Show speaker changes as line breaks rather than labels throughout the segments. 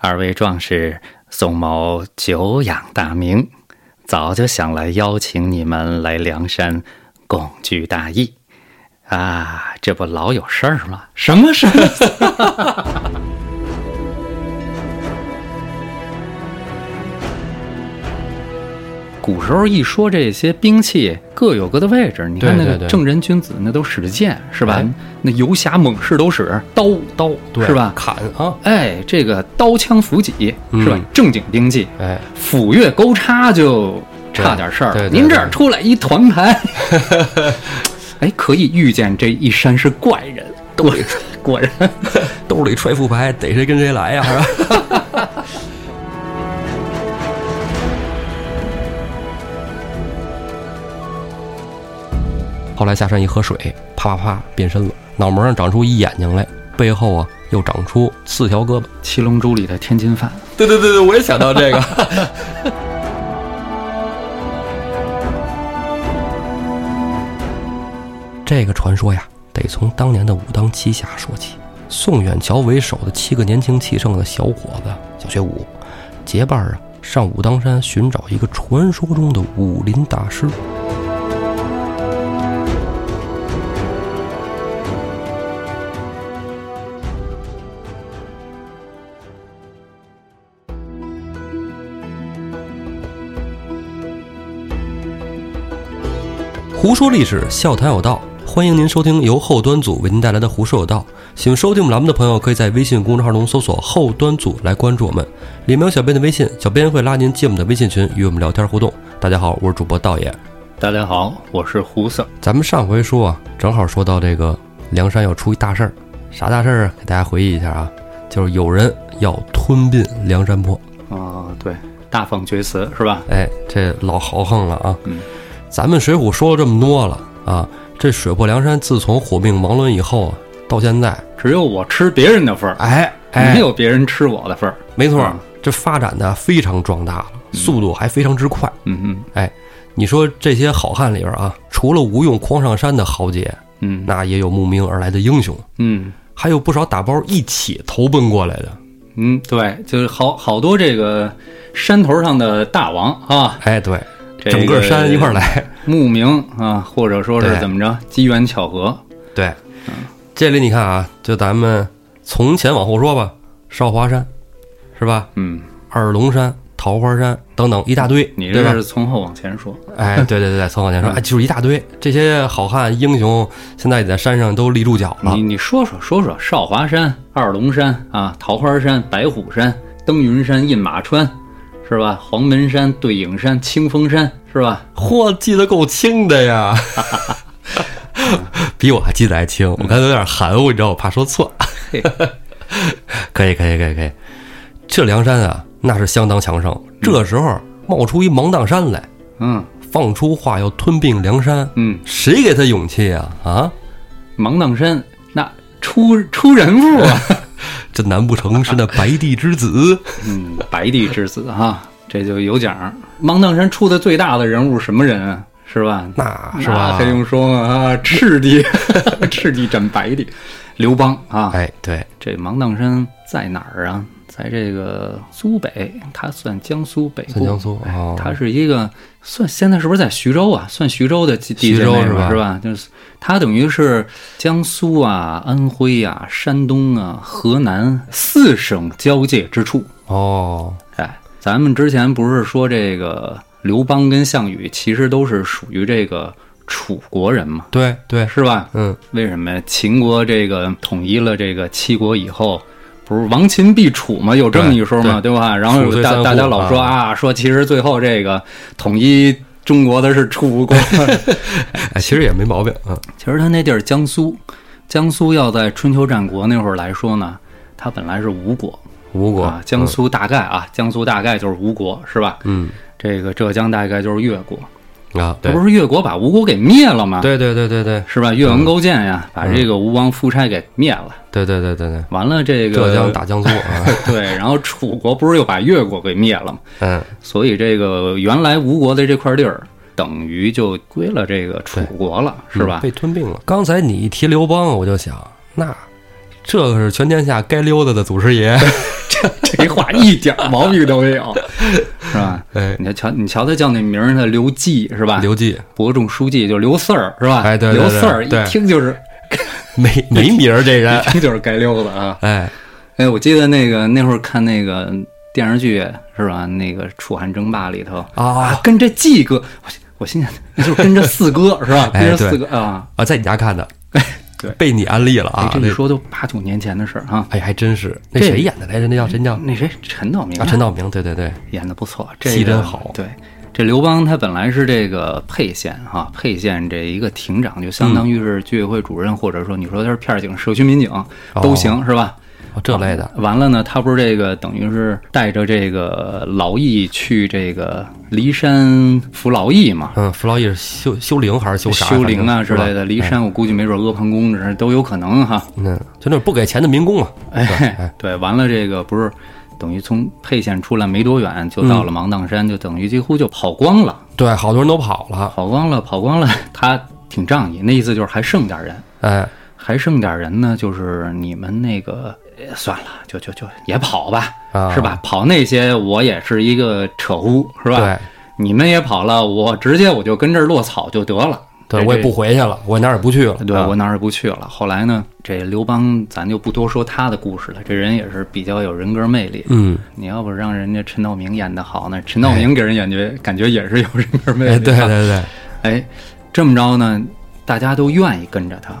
二位壮士，宋某久仰大名，早就想来邀请你们来梁山共聚大义。啊，这不老有事儿吗？什么事儿？古时候一说这些兵器各有各的位置，你看那
对对
个
对
正人君子那都使剑是吧
哎？
那游侠猛士都使刀刀
对
是吧？
砍啊，
哎，这个刀枪斧戟是吧
嗯？
正经兵器，
哎，
斧钺钩叉就差点事儿
对
了。
对对
您这儿出来一团牌， 哎，可以预见这一山是怪人，果果然。
兜里揣副牌，逮谁跟谁来 呀、是吧？ 后来下山一喝水，啪啪啪变身了，脑门上长出一眼睛来，背后啊又长出四条胳膊。
《七龙珠》里的天津饭，
对对对对，我也想到这个。这个传说呀，得从当年的武当七侠说起。宋远桥为首的七个年轻气盛的小伙子，小学五，结伴啊上武当山寻找一个传说中的武林大师。胡说历史，笑谈有道。欢迎您收听由后端组为您带来的《胡说有道》。喜欢收听我们栏目的朋友，可以在微信公众号中搜索“后端组”来关注我们，里面有小编的微信，小编会拉您进我们的微信群，与我们聊天互动。大家好，我是主播道爷。
大家好，我是胡四。
咱们上回说啊，正好说到这个梁山要出一大事儿，啥大事儿啊？给大家回忆一下啊，就是有人要吞并梁山泊。
哦，对，大放厥词是吧？
哎，这老豪横了啊！
嗯
咱们《水浒》说了这么多了啊，这水泊梁山自从火并王伦以后啊，到现在，
只有我吃别人的份儿，
哎
没，有别人吃我的份儿。
没错
嗯，
这发展的非常壮大了，速度还非常之快。
嗯
哎，你说这些好汉里边啊，除了吴用匡上山的豪杰，
嗯
那也有慕名而来的英雄，
嗯
还有不少打包一起投奔过来的。
嗯，对，就是好好多这个山头上的大王啊，
哎，对，
这
整个山一块儿
来。
来。
慕名啊，或者说是
对
怎么着，机缘巧合。
对，这里你看啊，就咱们从前往后说吧，少华山是吧？
嗯，
二龙山、桃花山等等一大堆，
你嗯
对
这
吧？
是从后往前说。
哎，对对对对，从往前说，哎，就是一大堆这些好汉英雄，现在也在山上都立住脚了
你。你说说说说，少华山、二龙山啊，桃花山、白虎山、登云山、印马川，是吧？黄门山、对影山、清风山，是吧？
嚯，记得够清的 呀！比我还记得还清，我刚才有点含糊，你知道，我怕说错。
嘿
可以，可以，可以，可以。这梁山啊，那是相当强盛。这时候冒出一芒砀山来，
嗯
放出话要吞并梁山，
嗯，
谁给他勇气啊？啊，
芒砀山那出出人物 啊，
这难不成是那白帝 之子？
嗯，白帝之子啊，这就有奖儿。芒砀山出的最大的人物什么人啊？是吧？
那是
那
吧
还？用说吗？啊，赤帝， 赤帝斩白帝，刘邦啊，
哎，对，
这芒砀山在哪儿啊？在这个苏北，它算江苏北部。
算江苏哦
它是一个算现在是不是在徐州啊？算徐州的地地界
徐州
内
是吧
是吧？就是它等于是江苏啊、安徽啊、山东啊、河南四省交界之处。
哦，
哎，咱们之前不是说这个刘邦跟项羽其实都是属于这个楚国人嘛，
对对，
是吧？
嗯，
为什么呀？秦国这个统一了这个七国以后，不是亡秦必楚嘛？有这么一说嘛，对吧？然后
楚虽三
大
户
大家老说
啊
啊，说其实最后这个统一中国的是楚 国，
哎，其实也没毛病啊。
其实他那地儿江苏，江苏要在春秋战国那会儿来说呢，它本来是吴国
吴国
啊，江苏大概啊，江苏大概就是吴国是吧？
嗯
这个浙江大概就是越国，
啊，
这
对
不是越国把吴国给灭了吗？
对嗯对对对对
是吧？越王勾践呀，把这个吴王夫差给灭了。
对对对对对，
完了，这个
浙江打江苏啊，
对，然后楚国不是又把越国给灭了吗？
嗯，
所以这个原来吴国的这块地儿，等于就归了这个楚国了，是吧？
嗯被吞并了。刚才你 一提刘邦，我就想，那这可是全天下该溜达的祖师爷，
这话一点毛病都没有，是吧？
哎，
你瞧，你瞧他叫那名儿呢，刘季是吧？
刘记
伯仲书记就刘四儿是吧？
哎对对
刘四儿
对对
一听就是
没没名儿这人
一，听就是街溜子啊。
哎，
哎，我记得那个那会儿看那个电视剧是吧？那个《楚汉争霸》里头
啊
跟这季哥，我心我心想那就是跟着四 哥是吧？
哎
跟着四哥啊。
啊，在你家看的，
对
被你安利了
哎
啊，
这一
那
说都八九年前的事儿啊。
哎还真是，那
这
谁演的来着？那叫真叫
那谁陈道明
啊，陈道明，对对对，
演的不错，这个
戏真好
对，这刘邦他本来是这个沛县哈，沛县这一个亭长，就相当于是居委会主任，或者说你说他是片儿警、社区民警都行、是吧？
哦
啊
这类的，
完了呢，他不是这个等于是带着这个劳役去这个骊山服劳役嘛，
嗯，弗劳伊是修修陵还是修啥？
修陵啊
反
之
正
类的。
是吧哎
骊山我估计没准阿房宫这都有可能哈。
嗯，就那种不给钱的民工嘛，
哎，对，完了这个不是等于从沛县出来没多远就到了芒砀
嗯
山，就等于几乎就跑光了。
对，好多人都跑了，
跑光了，跑光了， 他挺仗义，那意思就是还剩点人，
哎，
还剩点人呢，就是你们那个呃算了，就就就也跑吧，
啊
是吧？跑那些我也是一个扯呼，是吧？
对，
你们也跑了，我直接我就跟这儿落草就得了。
对
这
我也不回去了，我哪儿也不去了，
对
啊
我哪儿也不去了。后来呢，这刘邦咱就不多说他的故事了，这人也是比较有人格魅力。
嗯，
你要不让人家陈道明演的 好呢，陈道明给人感觉、感觉也是有人格魅
哎，
力
对
的。
对对，
哎，这么着呢，大家都愿意跟着他，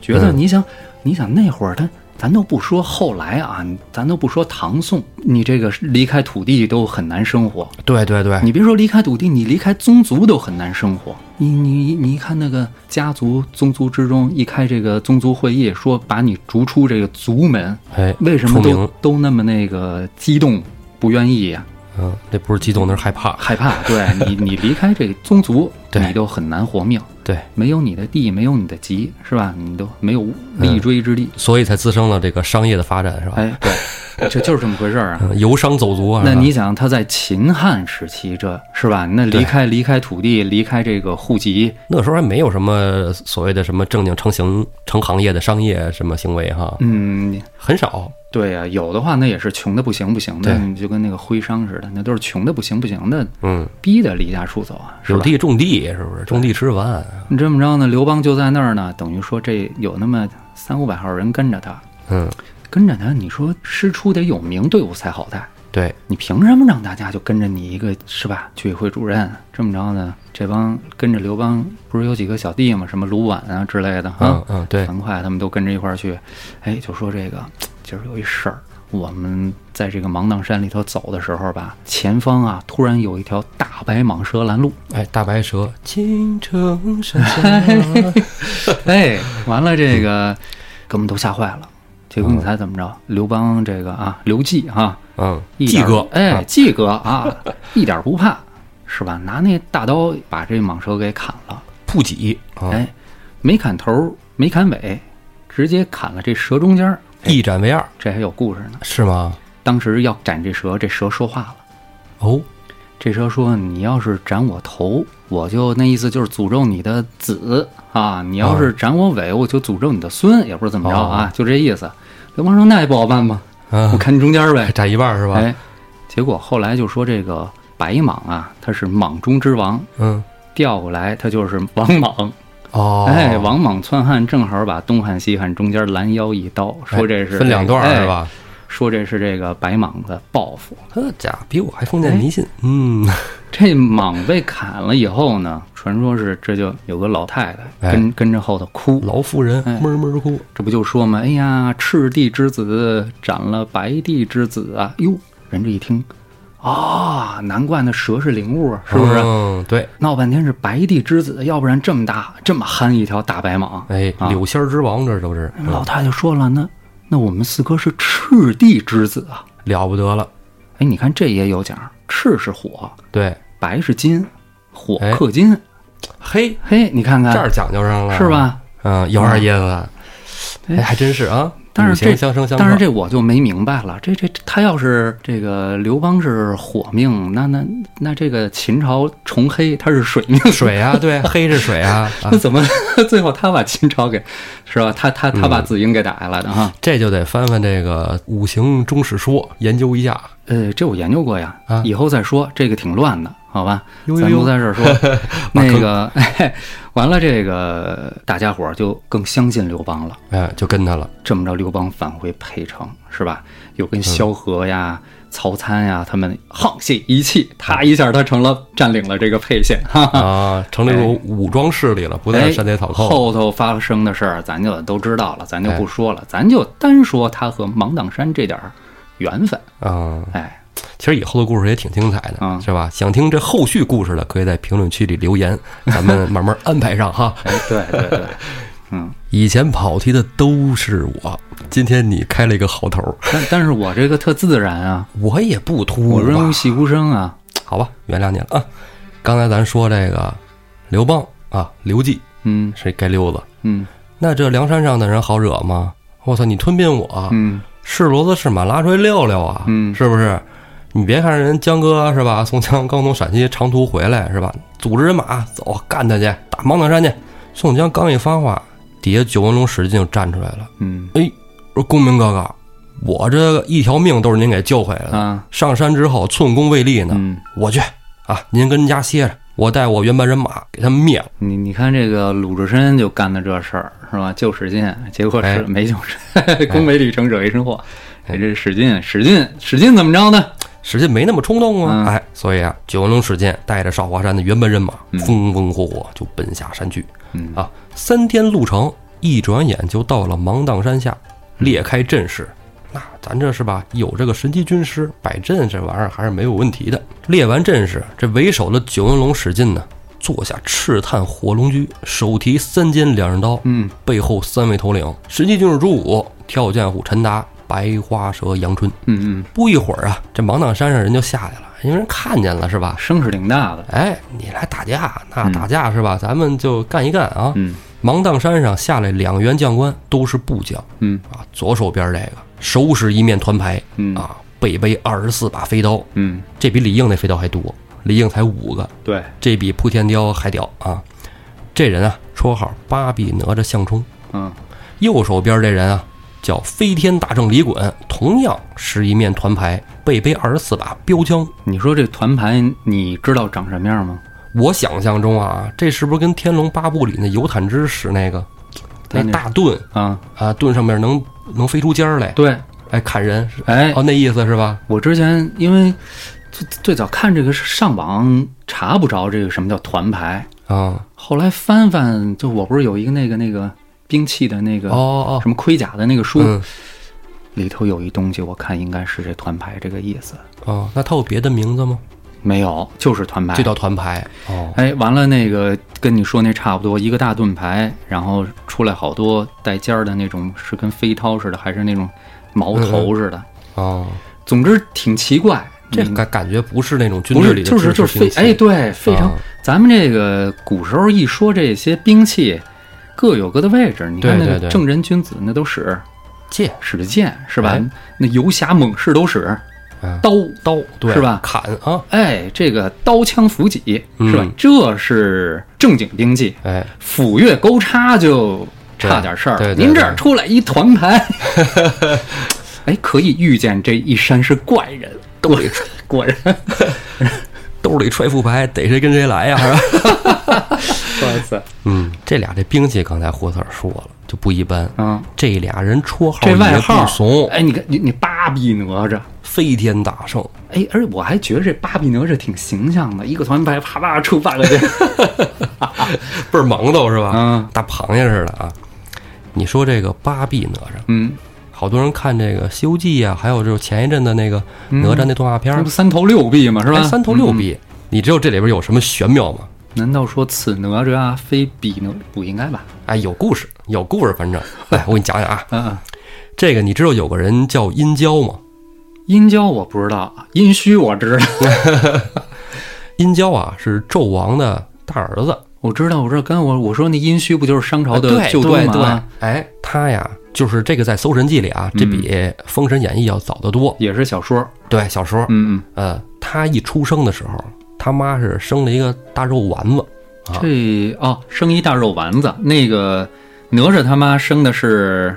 觉得
嗯
你想，你想那会儿他，咱都不说后来啊，咱都不说唐宋，你这个离开土地都很难生活，
对对对，
你别说离开土地，你离开宗族都很难生活。你你你一看那个家族宗族之中，一开这个宗族会议，说把你逐出这个族门，
哎，
为什么
出
都
名？
都那么那个激动，不愿意啊呀、
嗯，那不是激动，那是害怕。
害怕？对 你你离开这个宗族，
对
你都很难活命。
对，
没有你的地，没有你的籍，是吧？你都没有
嗯
立锥之地。
所以才滋生了这个商业的发展，是吧？
哎， 对，这就是这么回事儿啊。
嗯，游商走卒啊。
那
是吧
你想，他在秦汉时期这，是吧？那离开离开土地，离开这个户籍，
那时候还没有什么所谓的什么正经成行成行业的商业什么行为哈，
嗯，
很少。
对呀、有的话那也是穷的不行不行的，
对
你就跟那个徽商似的，那都是穷的不行不行的，
嗯，
逼得离家出走啊，是
有
吧？
地种地是不是？种地吃饭。
你这么着呢，刘邦就在那儿呢，等于说这有那么三五百号人跟着他，
嗯，
跟着他，你说师出得有名，队伍才好带。
对，
你凭什么让大家就跟着你一个是吧？居委会主任这么着呢？这帮跟着刘邦不是有几个小弟吗？什么卢绾啊之类的
嗯
啊，
嗯对，
樊哙他们都跟着一块儿去。哎，就说这个，今儿有一事儿，我们在这个芒砀山里头走的时候吧，前方啊突然有一条大白蟒蛇拦 路。
哎，大 白蛇，京城山下，
哎，完了这个，给我们都吓坏了。结果你猜怎么着？刘邦这个啊，刘季啊，
嗯，
一
季
点儿
哥，
哎，
啊，
季哥啊，一点儿不怕，是吧？拿那大刀把这蟒蛇给砍了，
不己啊，
哎，没砍头，没砍尾，直接砍了这蛇中间儿，
一斩为二，
这还有故事呢。
是吗？
当时要斩这蛇，这蛇说话了，
哦，
这蛇说：“你要是斩我头，我就那意思就是诅咒你的子啊；你要是斩我尾，我就诅咒你的孙，也不知道怎
哦
么着啊，就这意思。”刘邦说：“那也不好办 吧，
啊
我，砍你中间儿呗。”
斩一半是吧？
哎，结果后来就说这个白蟒啊，它是蟒中之王，
嗯，
调过来它就是王蟒。
哦，
哎，王蟒篡汉正好把东汉西汉中间拦腰一刀，说这是、
分两段
哎
是？吧？
说这是这个白蟒的报复。
呵家伙比我还封建迷
哎
信，嗯，
这蟒被砍了以后呢，传说是这就有个老太太
哎
跟、跟着后头哭，
老妇人
哎
闷闷哭，
这不就说嘛，哎呀，赤帝之子斩了白帝之子啊！哟，人这一听，啊、难怪那蛇是灵物啊，是不是？
嗯，对，
闹半天是白帝之子，要不然这么大这么憨一条大白蟒。
哎，
啊
柳仙儿之王，这都是
老太太说了，那那我们四哥是赤帝之子啊。
了不得了。
哎，你看这也有讲，赤是火，
对，
白是金，火
哎
克金。
嘿，
嘿，你看
这
看
儿讲究上了，
啊是？吧？
嗯，有点意思。哎，还真是啊。
但是
五行
这
相生相克。
但是这我就没明白了，这这他要是这个刘邦是火命，那那那这个秦朝重黑他是水命，
水啊，对，黑是水啊，啊
那 怎么最后他把秦朝给是吧？他他他
嗯
把子婴给打下来的哈？
这就得翻翻这个《五行中史说》，研究一下。
呃，这我研究过呀
啊，
以后再说，这个挺乱的，好吧？
呦呦
咱
呦
不在这儿 说那个，哎完了这个大家伙儿就更相信刘邦了。
哎，就跟他了。
这么着，刘邦返回沛城是吧？又
嗯
跟萧何呀、曹参呀他们沆瀣一气，他一下他成了占领了这个沛县，哈哈。
啊，成这种武装势力了，不再是山贼草寇哎
哎
了。
后头发生的事儿，咱就都知道了，咱就不说了，咱就单说他和芒砀山这点儿缘分。
啊，
哎，
其实以后的故事也挺精彩的，
嗯
是吧？想听这后续故事的，可以在评论区里留言，咱们慢慢安排上哈。
哎，对对对， 嗯，
以前跑题的都是我，今天你开了一个好头儿，
但但是我这个特自然啊，
我也不突
我润
兀
物
吧，
细无声啊，
好吧，原谅你了啊。刚才咱说这个刘邦啊，刘季
嗯
是街溜子，
嗯
那这梁山上的人好惹吗？我操，你吞并我，
嗯，
是骡子是马拉出来溜溜啊，
嗯
是不是？你别看人江哥是吧，宋江刚从陕西长途回来是吧，组织人马走干他去，打芒砀山去。宋江刚一发话，底下九纹龙史进就站出来了，
嗯
说：“公明哥哥，我这个一条命都是您给救回来的，
啊
上山之后寸功未立呢，
嗯，
我去啊，您跟人家歇着，我带我原班人马给他们灭了。
你你看这个鲁智深就干的这事儿是吧？救史进，结果
哎
是没救成， 功没立成者一身祸。哎，这史进，史进，史进怎么着呢？
史进没那么冲动啊，
嗯
哎，所以啊，九纹龙史进带着少华山的原班人马，风风火火就奔下山去。
嗯
啊，三天路程，一转眼就到了芒砀山下，列开阵势。那咱这是吧，有这个神机军师摆阵，这玩意儿还是没有问题的。列完阵势，这为首的九纹龙史进呢，坐下赤炭火龙驹，手提三尖两刃刀，
嗯，
背后三位头领，神机军师朱武、跳涧虎陈达、白花蛇杨春。
嗯嗯，
不一会儿啊，这芒砀山上人就下来了，因为人看见了是吧？
声势挺大的。
哎，你来打架，那打架是吧？咱们就干一干啊！
嗯
芒砀山上下来两员将官，都是部将
嗯
啊。左手边这个手使一面团牌
嗯
啊，背背二十四把飞刀，
嗯，
这比李应那飞刀还多，李应才五个，
对，
这比扑天雕还屌啊！这人啊，绰号八臂哪吒项冲。
嗯
右手边这人啊，叫飞天大圣李衮，同样是一面团牌，背背二十四把标枪。
你说这团牌，你知道长什么样吗？
我想象中啊，这是不是跟《天龙八部》里那尤坦之使那个那
咱那
大盾
啊，
啊，盾上面能能飞出尖儿来，
对，
哎，砍人是
哎，
哦，那意思是吧？
我之前因为最最早看这个是上网查不着这个什么叫团牌，
啊、
后来翻翻，就我不是有一个那个那个兵器的那个
哦哦，
什么盔甲的那个书、
嗯
里头有一东西，我看应该是这团牌这个意思。
哦，那他有别的名字吗？
没有，就是团牌
就。叫团牌哦，
哎，完了，那个跟你说那差不多，一个大盾牌，然后出来好多带尖儿的那种，是跟飞刀似的，还是那种矛头似的。
哦，
嗯总之挺奇怪，
这
嗯
感感觉不是那种军
不
队
是
里的
就是
知
就
识
是
兵
非
器
哎，对，非常
啊。
咱们这个古时候一说这些兵器，各有各的位置。你看
对
那
对
个
对
正人君子那都使
剑
使剑是吧
哎？
那游侠猛士都使
啊
刀。
刀对
是吧
砍啊，
哎，这个刀枪斧戟是吧
嗯？
这是正经兵器，
哎，
斧钺钩叉就差点事儿
对
了。
对对
您这儿出来一团 牌，哎，可以预见这一山是 怪人，果果然，
兜里揣副牌，逮谁跟谁来呀、 是吧？
哇塞，
嗯，这俩这兵器刚才胡特说了，就不一般。
嗯。
这俩人绰号
这外
也
号
不怂，
哎，你看你你八臂哪吒，
飞天大圣。
哎，而且我还觉得这八臂哪吒挺形象的，一个团牌啪啪出八 个人，
倍儿萌逗是吧？
嗯，
大螃蟹似的啊。你说这个八臂哪吒，
嗯，
好多人看这个《西游记》啊，还有就是前一阵的那个哪吒那动画片
嗯
儿
这不，嗯三头六臂嘛，是吧？
哎三头六臂，你知道这里边有什么玄妙吗？
难道说此哪吒啊非彼哪？不应该吧？
哎，有故事，有故事， 反正来，我给你讲讲啊。
嗯、嗯，
这个你知道有个人叫殷郊吗？
殷郊我不知道，殷墟我知道，
殷郊啊，是纣王的大儿子。
我知道，我知道。刚才我我说那殷墟不就是商朝
哎
的旧都啊
对
吗？
对，哎，他呀就是这个在《搜神记》里啊，
嗯
这比《封神演义》要早得多。
也是小说，
对，小说，
嗯
呃，他一出生的时候，他妈是生了一个大肉丸子，
嗯
啊，
这哦，生一大肉丸子，那个哪吒他妈生的是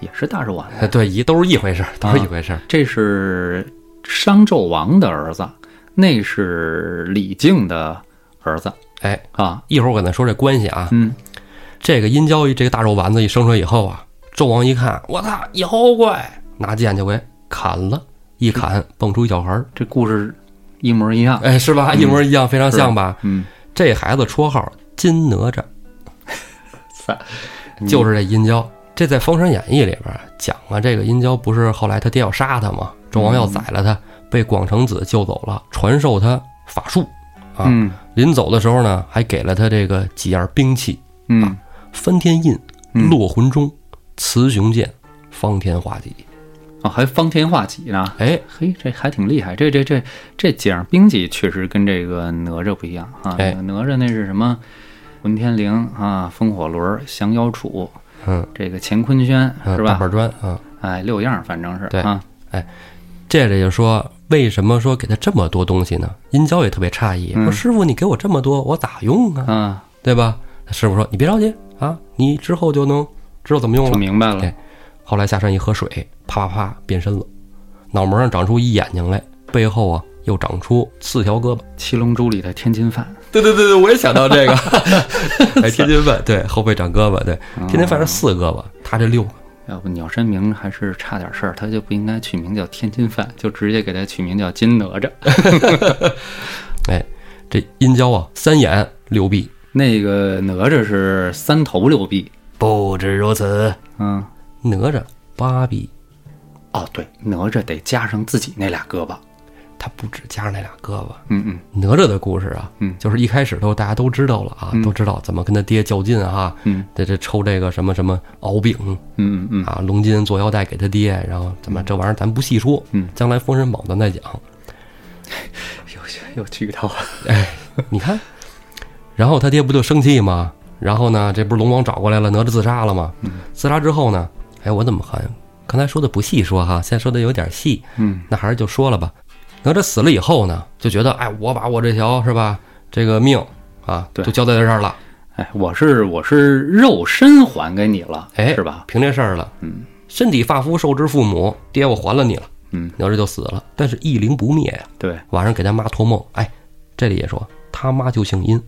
也是大肉丸子，
哎对，一都是一回事儿，都
啊
是一回事儿。
这是商纣王的儿子，那是李靖的儿子
哎，
啊，
一会儿我跟咱说这关系啊，
嗯，
这个殷郊一这个大肉丸子一生出来以后啊，纣王一看，我操，妖怪，拿剑就给砍了，
嗯
一砍蹦出一小孩儿，
这故事一模一样，
哎，是吧？一模一样，非常像吧？
嗯，
这孩子绰号金哪吒，
三
就是这殷郊。这在《封神演义》里边讲啊，这个殷郊不是后来他爹要杀他吗？纣王要宰了他，被广成子救走了，传授他法术。啊
嗯
临走的时候呢，还给了他这个几样兵器：
嗯，
翻天印、
嗯
落魂钟、雌雄剑、方天画戟。
啊，还方天画戟呢，
哎
嘿，这还挺厉害，这这这这几样兵器确实跟这个哪吒不一样啊。
哎
哪吒那是什么？混天绫啊，风火轮、降妖杵，
嗯，
这个乾坤圈
嗯
是
大
吧？
板砖啊，
哎，六样反正是
对
啊，
这里就说为什么说给他这么多东西呢？殷郊也特别诧异，
嗯
说师傅你给我这么多，我咋用啊？
啊，
对吧？师傅说你别着急啊，你之后就能知道怎么用
就
了。
明白了
哎。后来下山一喝水，啪啪啪变身了，脑门上长出一眼睛来，背后啊又长出四条胳膊。
七龙珠里的天津饭，
对对对对，我也想到这个， 哎，天津饭对，后背长胳膊，对，天津饭是四胳膊，他这六个，
要不鸟山明还是差点事儿，他就不应该取名叫天津饭，就直接给他取名叫金哪吒。
哎，这殷郊啊三眼六臂，
那个哪吒是三头六臂，
不止如此，
嗯，
哪吒八臂，
哦对，哪吒得加上自己那俩胳膊，
他不止加上那俩胳膊，
嗯嗯。
哪吒的故事啊，
嗯
就是一开始都大家都知道了啊，都知道怎么跟他爹较劲啊，
嗯，
这这抽这个什么什么敖丙
嗯嗯
啊，龙筋做腰带给他爹，然后怎么这玩意儿咱不细说，
嗯，
将来封神榜咱再 讲。
嗯，又 又剧透了。
你看，然后他爹不就生气吗？然后呢，这不是龙王找过来了，哪吒自杀了吗？
嗯
自杀之后呢，哎，我怎么好像刚才说的不细说哈，现在说的有点细，
嗯，
那还是就说了吧。哪吒死了以后呢，就觉得哎，我把我这条是吧，这个命啊，
对
就交代在这儿了。
哎，我是我是肉身还给你了，
哎，
是吧？？
凭这事儿了，
嗯，
身体发肤受之父母，爹我还了你了，
嗯，
哪吒就死了，但是一灵不灭呀、
对，
晚上给他妈托梦，哎，这里也说他妈就姓殷，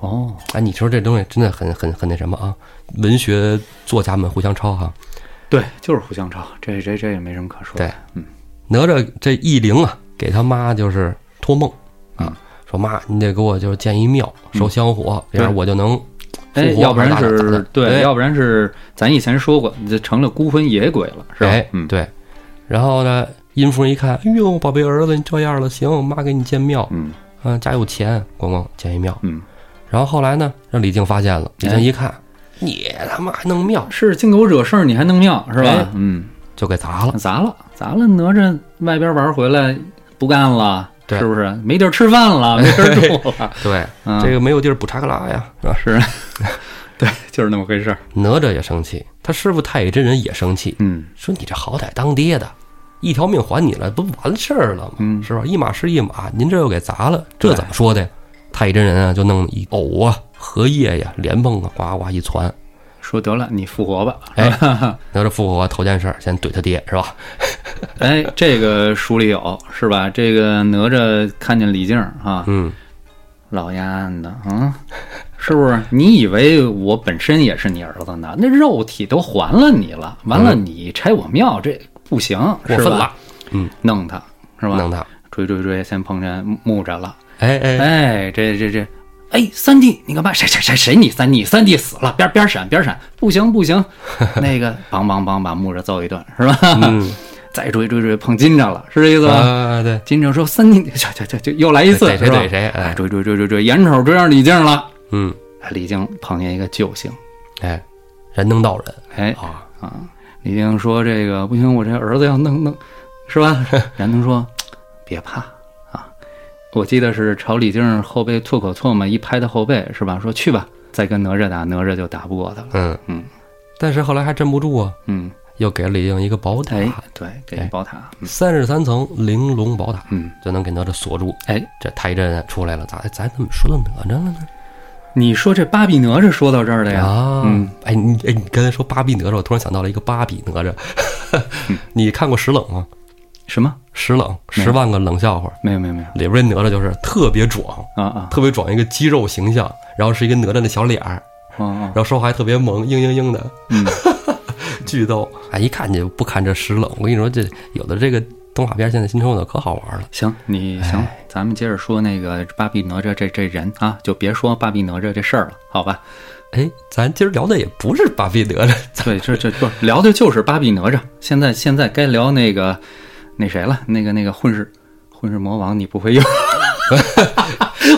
哦，
哎，你说这东西真的很很很那什么啊？文学作家们互相抄哈。
对，就是互相抄，这这这也没什么可说的。
对哪吒这一灵啊，给他妈就是托梦
嗯
啊，说妈，你得给我就是建一庙，烧香火，这样
嗯对
我就能
哎
复，活
要不然
还咋咋咋
是对，
哎
要不然是咱以前说过，你就成了孤魂野鬼了，是吧？
哎，
嗯，
对。然后呢，殷夫人一看，哎呦，宝贝儿子，你这样了，行，妈给你建庙，
嗯
啊，家有钱，咣咣建一庙。
嗯，
然后后来呢，让李靖发现了，李靖
哎
一看，你他妈还弄庙，
是净给我惹事儿，你还弄庙是吧？
哎
嗯，
就给 砸了。
砸了砸了，哪吒外边玩回来不干了，
对
是不是？没地儿吃饭 了，没地儿住了，
对，
嗯
这个没有地儿补查克拉呀，是吧？
是， 对，就是那么回事儿。
哪吒也生气，他师傅太乙真人也生气，
嗯
说你这好歹当爹的，一条命还你了，不完事儿了吗？
嗯
是吧？一码是一码，您这又给砸了，这
对
怎么说的呀？太乙真人啊，就弄一藕啊、荷叶呀、莲蓬啊，呱呱一传。
说得了，你复活吧。
哎，哪吒复活头件事儿，先怼他爹是吧？
哎，这个书里有是吧？这个哪吒看见李靖啊，
嗯，
老丫的啊，是不是？你以为我本身也是你儿子呢？那肉体都还了你了，完了你拆我庙，这不行，
过分
是吧
了，嗯
弄他是吧？
弄他。
追追追，先碰见木着了。
哎哎，
哎，这这这，哎，三弟，你干嘛？谁谁谁谁你三弟？三弟死了，边边闪边闪，不行不 行，那个梆梆梆把木着揍一顿是吧？
嗯
再追追追碰金着了，是这意思吧？
啊，对，
金正说：“三弟，这这这这又来一次，
逮谁
是吧
逮谁哎
哎，追追追追追，眼瞅追上李靖了。
嗯，
哎李靖碰见一个救星，
哎，人能道人
哎
啊，
啊，李靖说：‘这个不行，我这儿子要弄弄，是 吧？’燃灯说：‘别怕啊，我记得是朝李靖后背吐口唾沫，一拍他后背，是吧？说去吧，再跟哪吒打，哪吒就打不过他了。
嗯
嗯，
但是后来还镇不住啊，
嗯，
又给了李靖一个宝塔，
哎，对，给
哎
宝塔，嗯
三十三层玲珑宝塔，
嗯，
就能给哪吒锁住。
哎，
这太真出来了，咋哎咱怎么说到哪吒了呢？
你说这八比哪吒说到这儿了呀？
啊，
嗯
哎你哎你刚才说八臂哪吒，我突然想到了一个八臂哪吒， 你看过《石冷》吗？
什么？
《石冷》
没有
十万个冷笑话
没有没有没有
里边哪吒就是特别壮，
啊啊
特别壮一个肌肉形象，然后是一个哪吒的小脸儿，
啊啊
然！后说话还特别萌，嘤嘤嘤的，
嗯，
巨逗。哎，一看就不看这石冷，我跟你说，这有的这个动画片现在新出的可好玩了。
行，你行，咱们接着说那个八臂哪吒这这人啊，就别说八臂哪吒这事儿了，好吧？
哎，咱今儿聊的也不是巴比德了，
对，这这不聊的就是八臂哪吒。现在现在该聊那个那谁了，那个那个混世混世魔王，你不会用？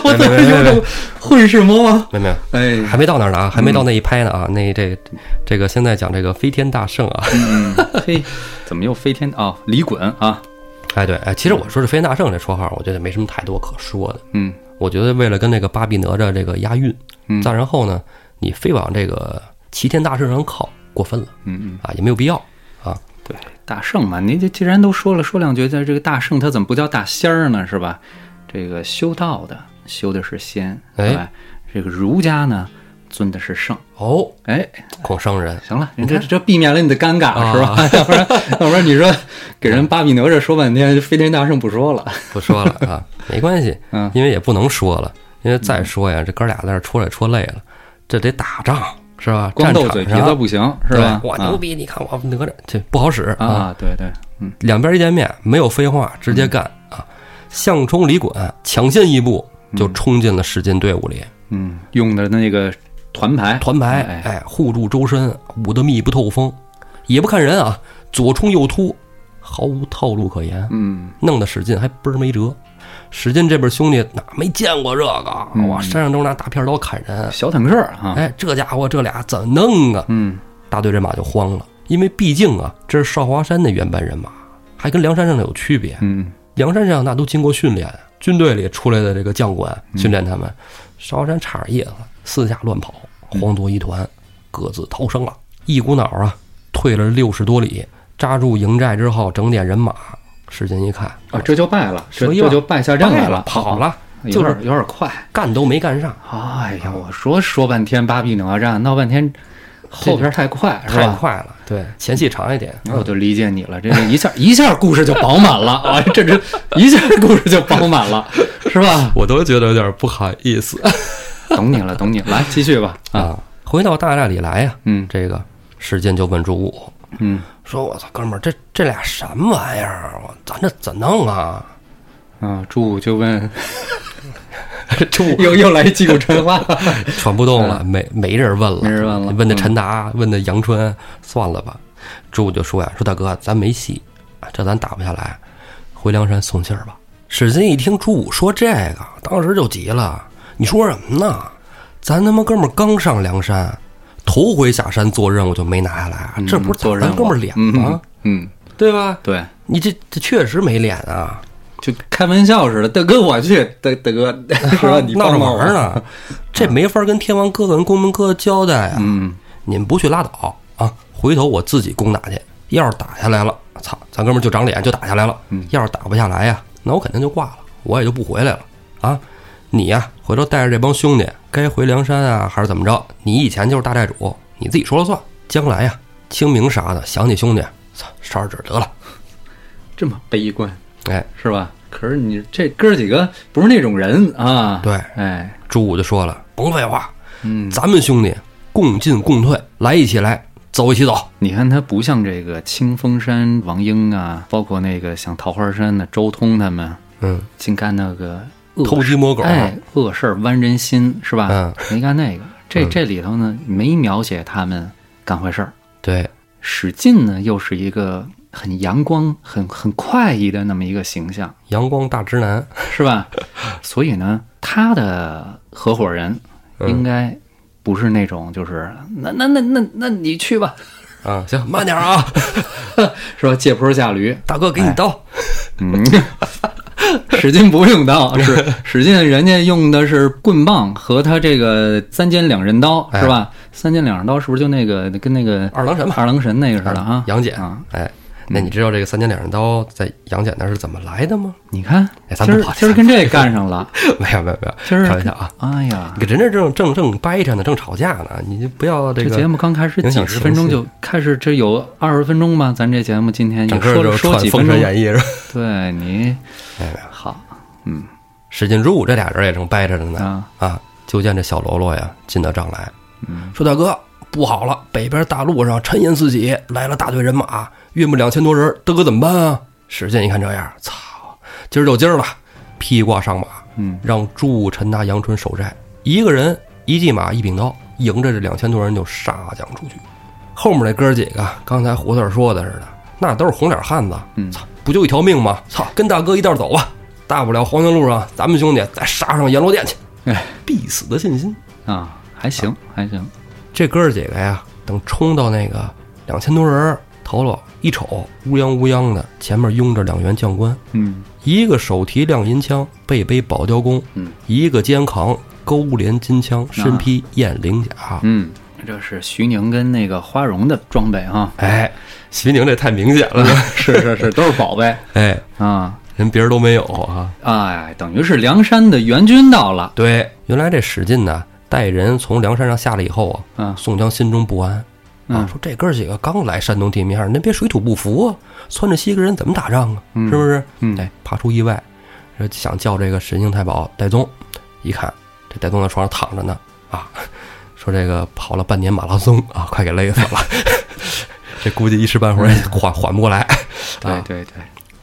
我怎么用这个 混世魔王？
没有没有，
哎，
还没到那儿呢啊，还没到那一拍呢啊。那这个这个现在讲这个飞天大圣啊，
嗯，嘿，怎么又飞天啊、李衮啊，
哎对，哎，其实我说这飞天大圣这绰号，我觉得没什么太多可说的。
嗯
我觉得为了跟这个巴比哪吒这个押韵，
嗯
再然后呢，你非往这个齐天大圣上靠，过分了
嗯嗯，
啊，也没有必要啊。
对，大圣嘛，您这既然都说了，说两句，在这个大圣他怎么不叫大仙儿呢？是吧？这个修道的修的是仙，
哎
对吧？这个儒家呢尊的是圣，
哦，
哎，
孔圣人，
行了，你这这避免了你的尴尬、
啊
是吧？ 要不然要不然你说给人巴比哪吒说半天，飞天大圣不说了，
不说了啊，没关系
嗯，
因为也不能说了，因为再说呀，这哥俩在这儿戳来戳累了，这得打仗是吧？
光
战
斗
场
嘴皮
上
子不行是吧？
对我
啊
牛逼，你看我哪吒这不好使啊！
啊，嗯对对，嗯
两边一见面没有废话，直接干啊！项冲、李衮抢先一步就冲进了史进队伍里，
嗯，用的那个团牌
团排
哎
哎护住周身，捂得密不透风，也不看人啊，左冲右突，毫无套路可言。
嗯
弄得史进还倍儿没辙。史进这边兄弟哪没见过这个？
嗯
哇，山上都是拿大片刀砍人，
小坦克儿啊，
哎，这家伙这俩怎么弄啊？
嗯
大队人马就慌了，因为毕竟啊，这是少华山的原班人马，还跟梁山上的有区别。
嗯
梁山上那都经过训练，军队里出来的这个将官
嗯
训练他们，少华山差点意思，四下乱跑，
嗯
慌作一团，各自逃生了。一股脑儿啊，退了六十多里，扎住营寨之后，整点人马。史进一看，
啊，这就败了，这
所以
这
吧
就败下阵
哦败
来啊
了，跑，了，
嗯有
就
点
是
有点快。
干都没干上，
哎呀，我说说半天八臂哪吒，闹半天后边太快是
太
吧？
快了。对，前戏长一点。
那我就哦理解你了，这个一下一下故事就饱满了啊，这这一下故事就饱满了，是吧？
我都觉得有点不好意思
懂你了，懂你了，来继续吧啊，
啊。回到大寨里来呀、
嗯
这个史进就问朱武
嗯
说：“我操，哥们儿，这这俩什么玩意儿？我咱这怎弄啊
啊，朱武就问，？”
朱武
又又来一击鼓传话，
喘不动了，没没人问了，
没人问了嗯
问的陈达，问的杨春，算了吧。朱武就说呀：“说大哥，咱没戏，这咱打不下来，回梁山送信儿吧。”史进一听朱武说这个，当时就急了：“你说什么呢？咱他妈哥们儿刚上梁山，头回下山做任务就没拿下来，这不是
嗯做
咱
人
哥们儿脸吗？
嗯，
对吧？
对，
你这这确实没脸啊！
就开玩笑似的，大哥我去，大大 哥是吧？ 你
闹着
帮啊帮
玩儿
我，
呢，这没法跟天王哥哥、跟公门哥哥交代啊。
嗯
你们不去拉倒啊，回头我自己攻打去。要是打下来了，操，咱哥们儿就长脸，就打下来了。
嗯
要是打不下来呀，那我肯定就挂了，我也就不回来了啊。你呀、回头带着这帮兄弟，该回梁山啊，还是怎么着？你以前就是大寨主，你自己说了算。将来呀、清明啥的，想你兄弟，操，烧纸得了。
这么悲观。
哎，
是吧？可是你这哥几个不是那种人啊！
对
哎，
朱武就说了，甭废话，
嗯，
咱们兄弟共进共退，来一起来，走一起走。
你看他不像这个清风山王英啊，包括那个像桃花山的周通他们，
嗯，
净干那个恶
偷鸡摸狗，啊
哎恶事儿剜人心是吧？
嗯，
没干那个。这这里头呢，没描写他们干坏事儿。
对，
史进呢，又是一个很阳光、很很快意的那么一个形象，
阳光大直男。
是 吧？所以呢，他的合伙人
嗯
应该不是那种就是、那那那那那你去吧，
啊，行，慢点啊，
是吧？借坡下驴，
大哥给你刀。
嗯， 使劲不用刀，是使劲，人家用的是棍棒和他这个三尖两刃刀，是吧？三剑两刀是不是就那个跟那个
哎二郎神嘛，
二郎神那个似的哎啊？
杨戬
啊，
哎，那你知道这个三尖两刃刀在杨戬那是怎么来的 吗？
你看，今
哎咱们
儿
跑
今儿跟这干上 了，
没有没有没有，
今儿
开玩笑啊！
哎呀，
给人家正正正掰扯呢，正吵架呢，你就不要这
这
个
节目刚开始
影响
几十分钟
情
就开始，这有二十分钟吧？咱这节目今天
整
也
个
说
就
了
是
说
串
几
《
分
封神
钟，
演义》 是吧？
对你
没有没有，
好，
史进入这俩人也正掰扯着呢
啊
啊！就见这小喽啰呀进到帐来，说大哥不好了，北边大路上陈岩四起来了大队人马，约莫两千多人，大哥怎么办啊？史进一看这样，操，今儿就今儿了，披挂上马，
嗯，
让朱武、陈达、杨春守寨，一个人一骑马一柄刀，迎着这两千多人就杀将出去。后面那哥儿几个，刚才胡四儿说的似的，那都是红脸汉子，
嗯
操，不就一条命吗？操，跟大哥一道走吧，大不了黄泉路上咱们兄弟再杀上阎罗殿去，
哎
必死的信心。
啊，还行还行，
这哥儿几个呀，等冲到那个两千多人儿头了，一瞅乌泱乌泱的，前面拥着两员将官，
嗯
一个手提亮银枪，背背宝雕弓，
嗯
一个肩扛勾连金枪，身披雁翎甲。
嗯，这是徐宁跟那个花荣的装备啊，
哎，徐宁这太明显了，
是是是，都是宝贝
哎，
啊。
人别人都没有啊。
哎，等于是梁山的援军到了，
对，原来这史进呢，带人从梁山上下来以后啊，
嗯
宋江心中不安。啊，
嗯
说这哥几个刚来山东地面，那边水土不服啊，窜着西个人怎么打仗啊？
嗯
是不是？
嗯
哎，怕出意外，说想叫这个神行太保戴宗，一看这戴宗在床上躺着呢，啊， 说这个跑了半年马拉松啊，快给累死了， 这估计一时半会儿也
嗯
缓缓不过来。
对
啊
对对，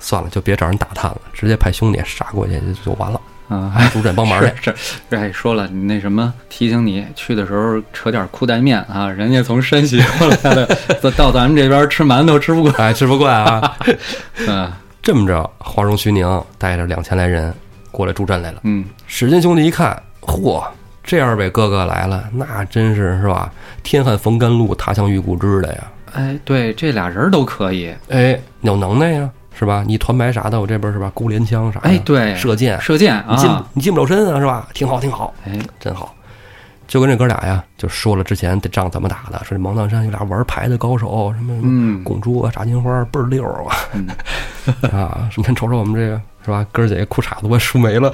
算了，就别找人打探了，直接派兄弟杀过去就就完了，
啊，
主战帮忙 去。
是是，哎，说了你那什么，提醒你去的时候扯点裤带面啊，人家从山西过来的，到到咱们这边吃馒头吃 不过。
哎，吃不惯啊！
嗯
这么着，华容徐宁带着两千来人过来助阵来了。
嗯
史进兄弟一看，嚯，这二位哥哥来了，那真是是吧？天旱逢甘露，他乡遇故知的呀！
哎，对，这俩人都可以。
哎，有能耐呀，是吧？你团白啥的，我这边是吧？勾连枪啥的，
哎，对，
射箭，
射箭
你进
啊，
你近不了身啊，是吧？挺好，挺好，
哎，
真好。就跟这哥俩呀，就说了之前这仗怎么打的，说这芒砀山有俩玩牌的高手，什么什么
嗯
拱珠啊、炸金花、倍儿溜啊，
嗯
啊，你看瞅瞅我们这个是吧？哥儿几个裤衩都快输没了。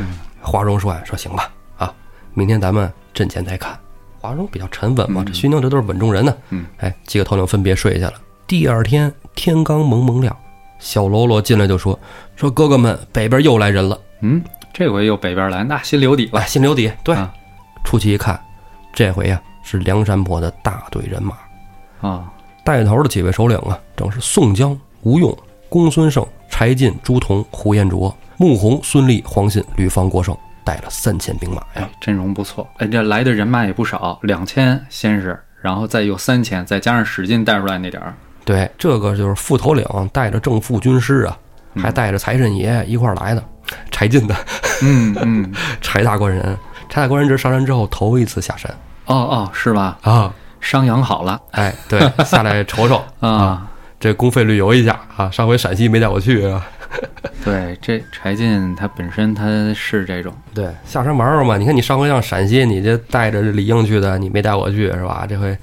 嗯
华容说：“说行吧，啊，明天咱们阵前再看。”华容比较沉稳嘛，这徐宁这都是稳重人呢。
嗯，
哎，几个头领分别睡下了。第二天天刚蒙蒙亮，小喽啰进来就说：“说哥哥们，北边又来人了。
嗯，这回又北边来，那心里有底”了。
哎，心里有底。对，
啊
出去一看，这回呀、是梁山泊的大队人马。
啊，
带头的几位首领啊，正是宋江、吴用、公孙胜、柴进、朱仝、胡延灼、穆弘、孙立、黄信、吕方、郭盛，带了三千兵马呀
哎。，阵容不错。哎，这来的人马也不少，两千先是，然后再有三千，再加上史进带出来那点儿，
对，这个就是副头领带着正副军师啊，还带着财神爷一块儿来的，柴进的
嗯嗯，
柴大官人。柴大官人这上山之后头一次下山
哦哦，是吧？
啊，
伤养好了
哎，对，下来瞅瞅，
啊。
这公费旅游一下啊。上回陕西没带我去啊。
对，这柴进他本身他是这种，
对，下山玩玩嘛。你看你上回上陕西，你这带着李应去的，你没带我去是吧？这回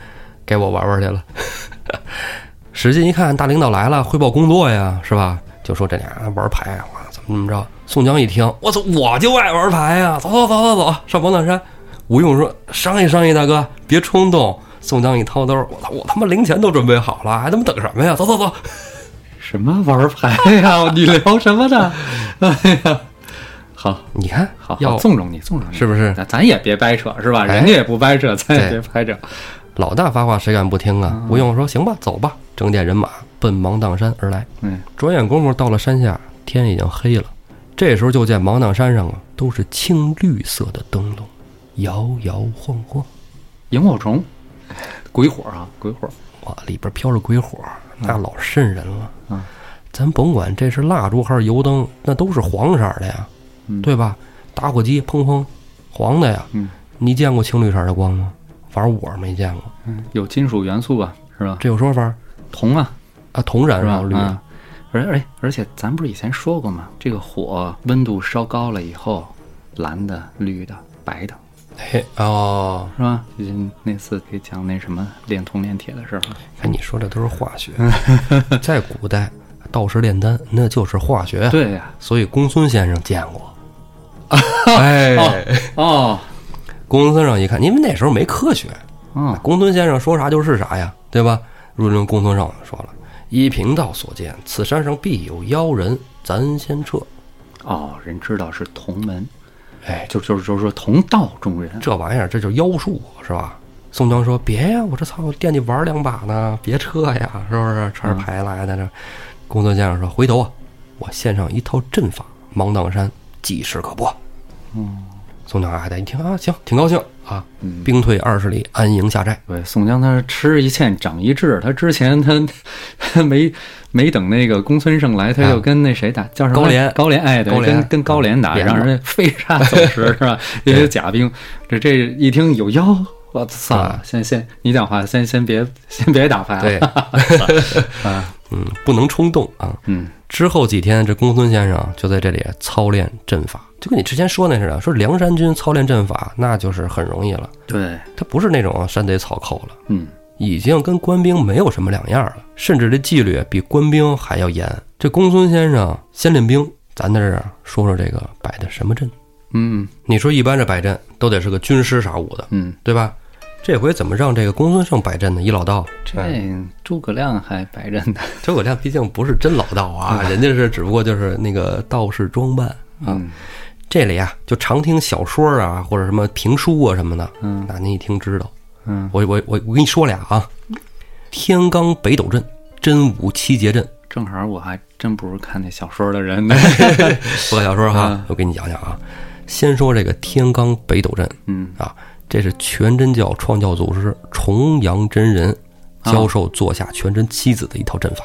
给我玩玩去了。 史进一看大领导来了，汇报工作呀，是吧？就说这俩人玩牌，哇，怎么怎么着？宋江一听，我操，我就爱玩牌呀！走走走走走，上王大山。吴用说：“商议商议，大哥，别冲动。”宋江一掏兜，我操，我他妈零钱都准备好了，还他妈等什么呀？走走走，
什么玩牌呀、 你聊什么呢？ 哎呀，好
你看，
好
要
好纵容你，纵容你，
是不是
咱咱也别掰扯，是吧？
哎
人家也不掰扯，咱也
对
别掰扯。
老大发话，谁敢不听
嗯
啊？吴用说：“行吧，走吧。”整点人马奔芒砀山而来。
嗯，
转眼功夫到了山下，天已经黑了。这时候就见芒砀山上啊，都是青绿色的灯笼，摇摇晃晃。
萤火虫，鬼火啊，鬼火，
哇，里边飘着鬼火，那老瘆人了。
嗯，
咱甭管这是蜡烛还是油灯，那都是黄色的呀，
嗯
对吧？打火机砰砰，黄的呀。
嗯
你见过青绿色的光吗？反正我没见过。
嗯，有金属元素吧，是吧？
这有说法
铜啊，
啊？铜燃
是吧
烧？绿。
啊而而而且咱不是以前说过吗？这个火温度烧高了以后，蓝的、绿的、白的，
哎哦，
是吧？就是那次给讲那什么炼铜炼铁的时候，
哎看你说这都是化学， 在古代道士炼丹那就是化学啊，
对呀、
所以公孙先生见过。 哎，
哦，
公孙先生一看，因为那时候没科学，
嗯，
公孙先生说啥就是啥呀，对吧？如今公孙胜说了：“依贫道所见，此山上必有妖人，咱先撤。
哦，人知道是同门，”
哎，
就就是就是说同道中人，
这玩意儿这就是妖术是吧？宋江说：“别呀，我这操惦记玩两把呢，别撤呀，是不是？
嗯
吃牌来的这。”公孙先生说：“回头啊，我献上一套阵法，芒砀山即时可破。”
嗯，
宋江还在一听啊，行，挺高兴啊，
嗯
兵退二十里，安营下寨。
对，宋江他是吃一堑长一智，他之前他他没没等那个公孙胜来，他就跟那谁打，叫什么
啊高廉
高廉，哎，对，
高廉嗯
跟跟高廉打，
连着
让人飞沙走 石是吧？也有甲兵，这这一听有妖，我操！先先你讲话，先先别先别打牌啊了，
啊 对， 嗯，不能冲动啊。
啊嗯，
之后几天，这公孙先生啊就在这里操练阵法，就跟你之前说那似的，说梁山军操练阵法那就是很容易了，
对，
他不是那种山贼草寇了，
嗯，
已经跟官兵没有什么两样了，甚至这纪律比官兵还要严。这公孙先生先练兵，咱在这儿说说这个摆的什么阵。
嗯
你说一般这摆阵都得是个军师啥武的，
嗯，
对吧？这回怎么让这个公孙胜摆阵呢？一老道，
这诸葛亮还摆着呢，
诸葛亮毕竟不是真老道 啊，人家是只不过就是那个道士装扮。
嗯
这里啊，就常听小说啊，或者什么评书啊什么的，
嗯
那您一听知道。
嗯，
我我我我跟你说俩啊，天罡北斗阵、真武七节阵。
正好我还真不是看那小说的 人呢，
不看小说
嗯
哈，我给你讲讲啊。先说这个天罡北斗阵
嗯
啊，这是全真教创教祖师重阳真人
嗯
教授座下全真七子的一套阵法。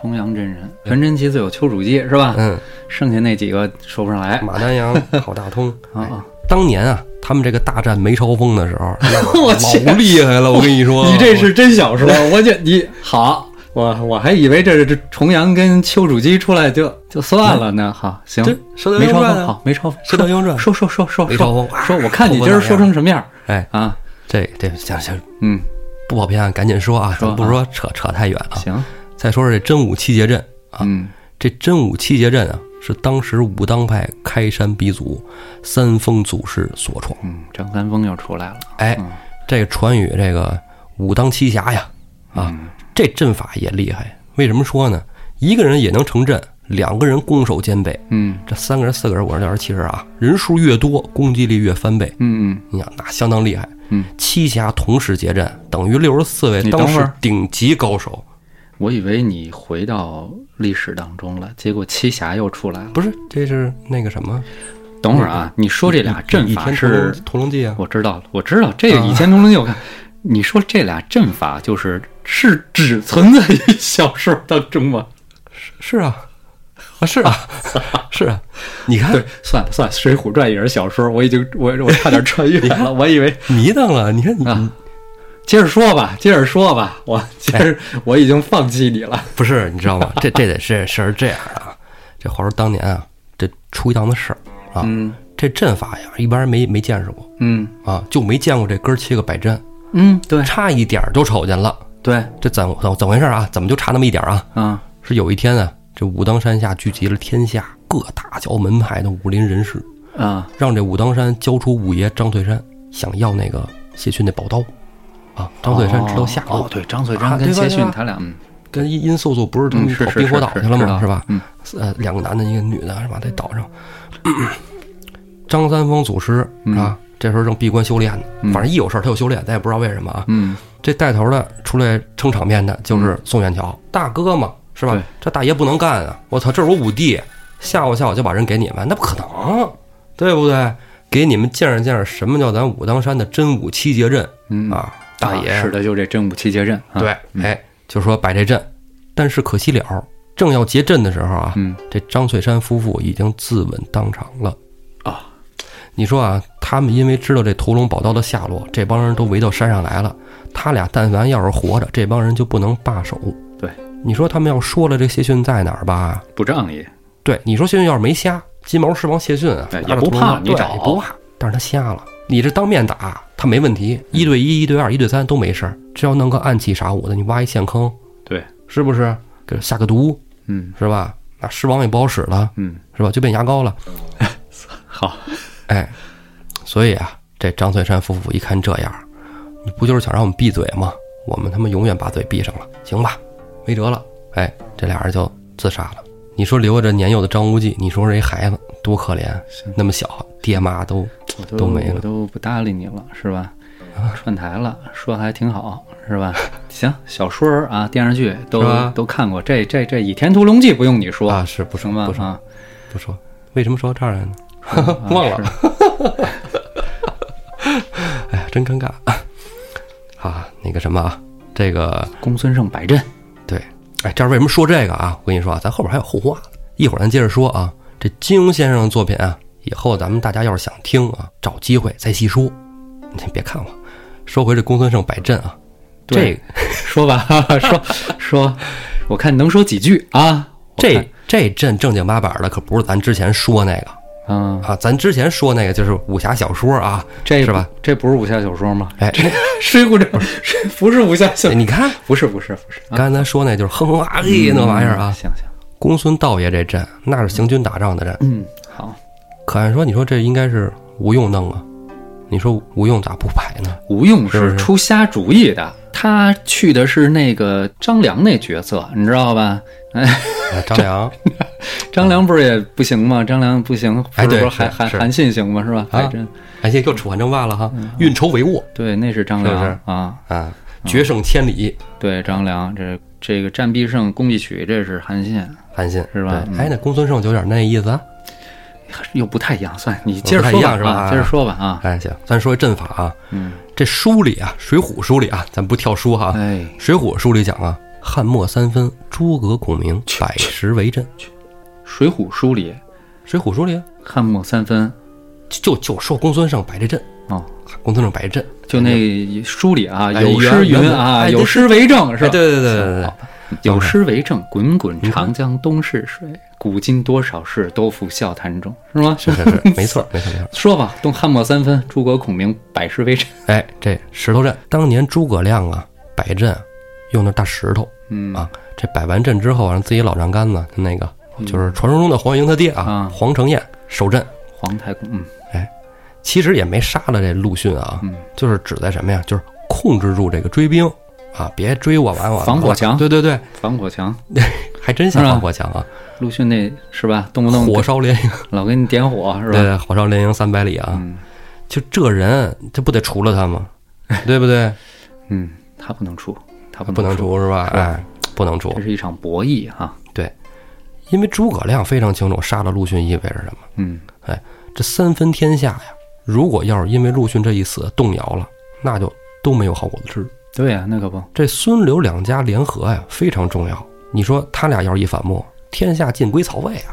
重阳真人，全真七子有丘处机是吧？
嗯，
剩下那几个说不上来。
马南 阳、郝大通，
啊啊！
当年啊，他们这个大战梅超风的时 候，老厉害了，我跟你说，
你这是真小说，我觉你好，我我还以为这是这重阳跟丘处机出来就就算了呢。好，行
这，射雕
没
英雄
超
传
风
啊
好，没超风，
射雕英雄传
说说说说
没超
说
风啊
说，我看你
后
今
边
儿
那
说
样
成什么样
哎，
啊？
这这行行，
嗯，
不跑偏，赶紧说啊，
说啊
咱不说扯扯太远啊。
行，
再说说这真武七节阵啊，
嗯
这真武七节阵啊，是当时武当派开山鼻祖三丰祖师所创。
嗯，张三丰又出来了。
哎，这个传与这个武当七侠呀，啊，
嗯
这阵法也厉害。为什么说呢？一个人也能成阵，两个人攻守兼备，
嗯
这三个人、四个人、五个人、六人、七人啊，人数越多，攻击力越翻倍。
嗯嗯，
你想，那相当厉害。
嗯，
七侠同时结阵，等于六十四位
你等
当
会
时
儿
顶级高手。
我以为你回到历史当中了，结果七侠又出来了。
不是，这是那个什么？
等会儿啊，你说这俩阵法
倚天屠
是
龙屠龙记啊？
我知道了，我知道这个《倚天屠龙记》，我看你说这俩阵法就是是只存在于小说当中吗？
是啊，啊是啊， 是啊。 你看
对，算了算了，《水浒传》也是小说，我已经我我差点穿越了，我 以为
迷瞪了，你看你、
啊接着说吧，接着说吧，我接着、我已经放弃你了。
不是，你知道吗？这这得是事儿是这样的啊。这话说当年啊，这出一档子事儿啊，
嗯
这阵法呀，一般人没没见识过
嗯
啊，就没见过这哥儿七个摆阵，
嗯，对
差一点儿就瞅见了。
对
这怎怎怎么回事啊？怎么就差那么一点儿啊？
啊，
是有一天啊，这武当山下聚集了天下各大小门派的武林人士，
啊，
让这武当山交出五爷张翠山，想要那个谢逊那宝刀。啊，张翠山知道下落，
哦，对，张翠
啊
山
对
跟
吧
谢
对
逊
吧
他俩，嗯
跟殷殷素素不是他
嗯，
们
是
跑
是
冰火
是
岛去了
知道
吗？是吧？
嗯
呃，两个男的，一个女的，是吧？在岛上，张三丰祖师
嗯
啊，这时候正闭关修炼呢，反正一有事儿他就修炼，咱也不知道为什么啊。
嗯，
这带头的出来撑场面的就是宋元桥大哥嘛，是吧
对？
这大爷不能干啊！我操，这是我五弟，吓唬吓唬就把人给你们，那不可能，对不对？给你们见识见识什么叫咱武当山的真武七节阵
嗯
啊！大爷
啊使的就这真武七节阵，啊，
对，哎，就说摆这阵，但是可惜了，正要结阵的时候啊，
嗯
这张翠山夫妇已经自刎当场了。
啊，
你说啊，他们因为知道这屠龙宝刀的下落，这帮人都围到山上来了。他俩但凡要是活着，这帮人就不能罢手。
对，
你说他们要说了这谢逊在哪儿吧？
不仗义，
对，你说谢逊要是没瞎，金毛狮王谢逊啊
哎，也
拿着
不
屠龙
怕
刀
你
对
找
也不怕，但是他瞎了，你这当面打他没问题，一对一、一对二、一对三都没事儿，只要弄个暗器啥武的，你挖一陷坑，
对，
是不是？给下个毒
嗯
是吧？那狮王也不好使了，
嗯，
是吧？就变牙膏了，
好，
哎，所以啊，这张翠山夫妇一看这样，你不就是想让我们闭嘴吗？我们他妈永远把嘴闭上了，行吧？没辙了，哎，这俩人就自杀了。你说留着年幼的张无忌，你说这孩子多可怜，那么小，爹妈都
我都
都没了啊
我都不搭理你了，是吧？串台了，说还挺好，是 吧？行，小说儿啊，电视剧都
是吧
都看过，这这这《倚天屠龙记》不用你说，
啊，是不是
行吧？
不是
啊，
不说，为什么说到这儿来呢？
啊
忘了
是
哎呀，真尴尬。 啊，那个什么啊，这个
公孙胜摆阵，
对，哎，这儿为什么说这个啊？我跟你说啊，咱后边还有后话，一会儿咱接着说啊。这金庸先生的作品啊，以后咱们大家要是想听啊，找机会再细说。你别看我，说回这公孙胜摆阵啊，这
对
个
说吧， 说说，我看能说几句啊？我看
这这阵正经八百的可不是咱之前说那个
嗯，
啊，咱之前说那个就是武侠小说啊，
这
是吧？
这不是武侠小说 吗？
哎，
水浒传 不是武侠小
哎，你看
不是不是不是，嗯
刚才咱说那就是哼哼啊嘿那玩意儿啊，
行行，
公孙道爷这阵那是行军打仗的阵，
嗯，好，
可按说你说这应该是吴用弄啊，你说吴用咋不摆呢？
吴用
是不
是
是
出瞎主意的，他去的是那个张良那角色，你知道吧？
哎张 良
张良不是也不行吗？张良不行，不
哎
是
对
不是韩
是
韩
是
韩信行吗？是吧？
啊
海真
哎，这又扯完正话了哈，运筹帷幄
对，那是张
是不
良
是
啊，
啊，决胜千里，
对张良这这个战必胜，攻必取，这是韩信，
韩信
是吧
对
嗯
哎，那公孙胜就有点那意思啊。
又不太一样，算你
不
接着
太
说
一样
吧
是吧
啊
啊
接着说吧啊，
哎，行，咱说阵法啊，
嗯，
这书里啊，《水浒》书里啊，咱不跳书哈，
哎，
《水浒》书里讲啊，汉末三分，诸葛孔明百十为阵，《
《水浒》书里
水浒》书里啊
汉末三分
就就说公孙胜摆这阵，
哦，
公孙胜摆这阵，
就那书里啊，
哎
有
原
诗云
原本
啊，
哎
有
对
诗为证是
哎，
吧？
对对对对对
好，有诗为证，滚滚长江东逝水，古今多少事，都付笑谈中，是吗？
是是是，没错没错没错。
说吧，东汉末三分，诸葛孔明百十为阵。
哎，这石头阵，当年诸葛亮啊摆阵，用那大石头
嗯
啊，这摆完阵之后，让自己老丈杆子那个，就是传说中的黄英他爹
嗯啊
啊，黄承彦守阵，
皇太公，嗯，
其实也没杀了这陆逊啊，就是指在什么呀？就是控制住这个追兵啊，别追我完我
防火墙
对对对，
防火墙，
还真像
是吧
防火墙啊，
陆逊那是吧？动不动
火烧连营，
老给你点火是
对
吧？
对，火烧连营三百里啊
嗯，
就这人，这不得除了他吗？对不对？
嗯，他 不能出，他
不能
出，
除是吧？哎，不能除
这，是一场博弈哈、
对，因为诸葛亮非常清楚杀了陆逊意味着什么。
嗯，
哎，这三分天下呀，如果要是因为陆逊这一死动摇了，那就都没有好果子吃。
对呀、那可不，
这孙刘两家联合呀，非常重要。你说他俩要是一反目，天下尽归曹魏啊？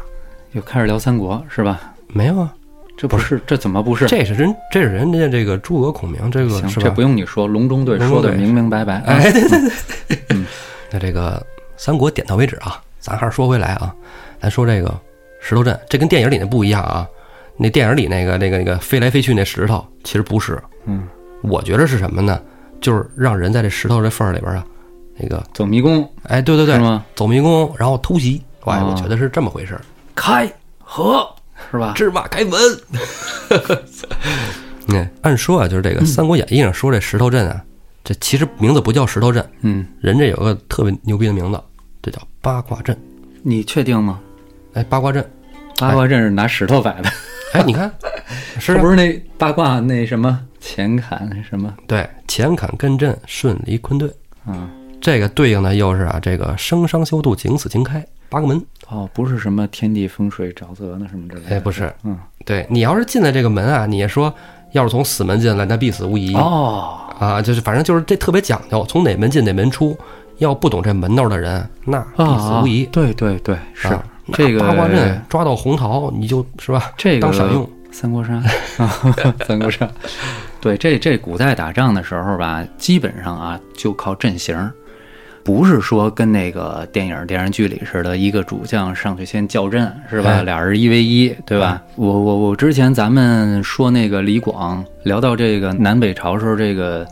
又开始聊三国是吧？
没有啊，
这不是，这怎么不是？
这是人，这是人家这个诸葛孔明这个
行，
是
这
吧
不？用你说，隆中对
隆
说
中对
的明明白啊白。
哎，对对对，那这个三国点到为止啊，咱还是说回来啊，咱说这个石头阵，这跟电影里那不一样啊。那电影里那个那个那个飞来飞去那石头，其实不是，
嗯，
我觉得是什么呢？就是让人在这石头这缝儿里边啊，那个
走迷宫
哎，对对
是
对，
吗？
走迷宫，然后偷袭。哎，
哦
我觉得是这么回事儿。开合，
是吧？
芝麻开门。 嗯，按说啊，就是这个《三国演义》上说这石头阵啊，这其实名字不叫石头阵，
嗯，
人这有个特别牛逼的名字，这叫八卦阵。
你确定吗？
哎，八卦阵，
八卦阵是拿石头摆的，
哎，你 看，是
这
啊
不，是那八卦那什么前坎那什么？
对，乾坎艮震，顺离坤兑，
嗯，
这个对应的又是啊，这个生伤修度，景死情开，八个门。
哦，不是什么天地风水沼泽那什么之类的。
哎，不是，
嗯，
对你要是进来这个门啊，你也说要是从死门进来，那必死无疑。
哦，
啊，就是反正就是这特别讲究，从哪门进哪门出。要不懂这门道的人，那必死无疑。
啊对对对，是
啊那
这个
八卦阵抓到红桃，你就是吧？
这个
当闪用。
三国杀啊， 三国杀。对，这这古代打仗的时候吧，基本上啊就靠阵型儿。不是说跟那个电影电视剧里似的，一个主将上去先叫阵是吧？
哎
俩人一 v 一，对吧？我我我之前咱们说那个李广，聊到这个南北朝时候这个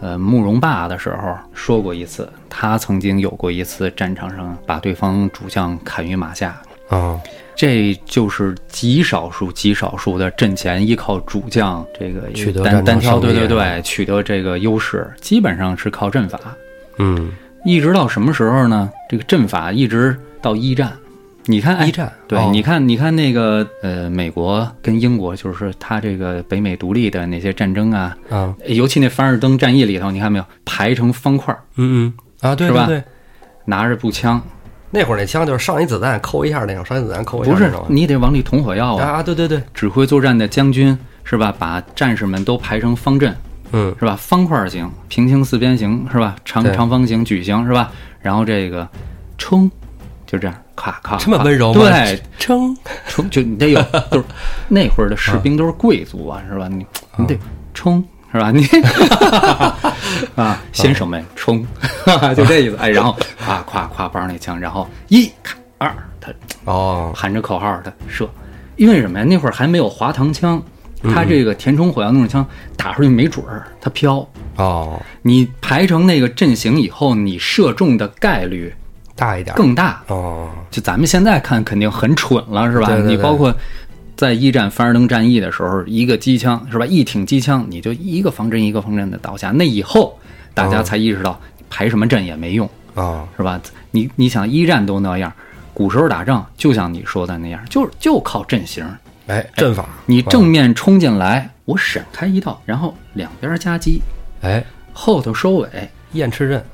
呃慕容霸的时候说过一次，他曾经有过一次战场上把对方主将砍于马下，
啊，
这就是极少数、极少数的阵前依靠主将这个
取得
单
战
单挑，
场胜利
对对
啊
对，取得这个优势，基本上是靠阵法。
嗯，
一直到什么时候呢？这个阵法一直到一战，你看，哎、
一战
对，
哦
你看，你看那个呃，美国跟英国，就是他这个北美独立的那些战争啊，
啊，
尤其那凡尔登战役里头，你看没有，排成方块，
嗯嗯啊，对
是
对
吧
对，
拿着步枪，
那会儿那枪就是上一子弹扣一下那种，上一子弹扣一下
不
那
是
种，
你得往里捅火药啊。
啊，对对对，
指挥作战的将军是吧？把战士们都排成方阵，
嗯
是吧？方块形、平行四边形是吧？长
对
长方形、矩形是吧？然后这个冲，就这样，咔咔，
这么
咔
温柔吗？
啊对，，
称
冲就你得 有，就是那会儿的
嗯
士兵都是贵族啊，是吧？你你得冲。是吧？ 你啊，先手们冲， 就这意思。哎，然后夸夸夸帮那枪，然后一咔二，他
哦，
喊着口号的射，因为什么呀？那会儿还没有滑膛枪，
嗯
它这个填充火药那种枪打出去没准儿，它飘。
哦，
你排成那个阵型以后，你射中的概率
大一点儿，
更大。
哦，
就咱们现在看，肯定很蠢了，是吧？
对对对
你包括在一战凡尔登战役的时候，一个机枪是吧？一挺机枪，你就一个方阵一个方阵的倒下。那以后大家才意识到，排什么阵也没用。
哦，
是吧？你你想一战都那样，古时候打仗就像你说的那样，就是就靠阵型。
哎，阵法，
你正哦面冲进来，我闪开一道，然后两边夹击，
哎，
后头收尾，
燕赤阵，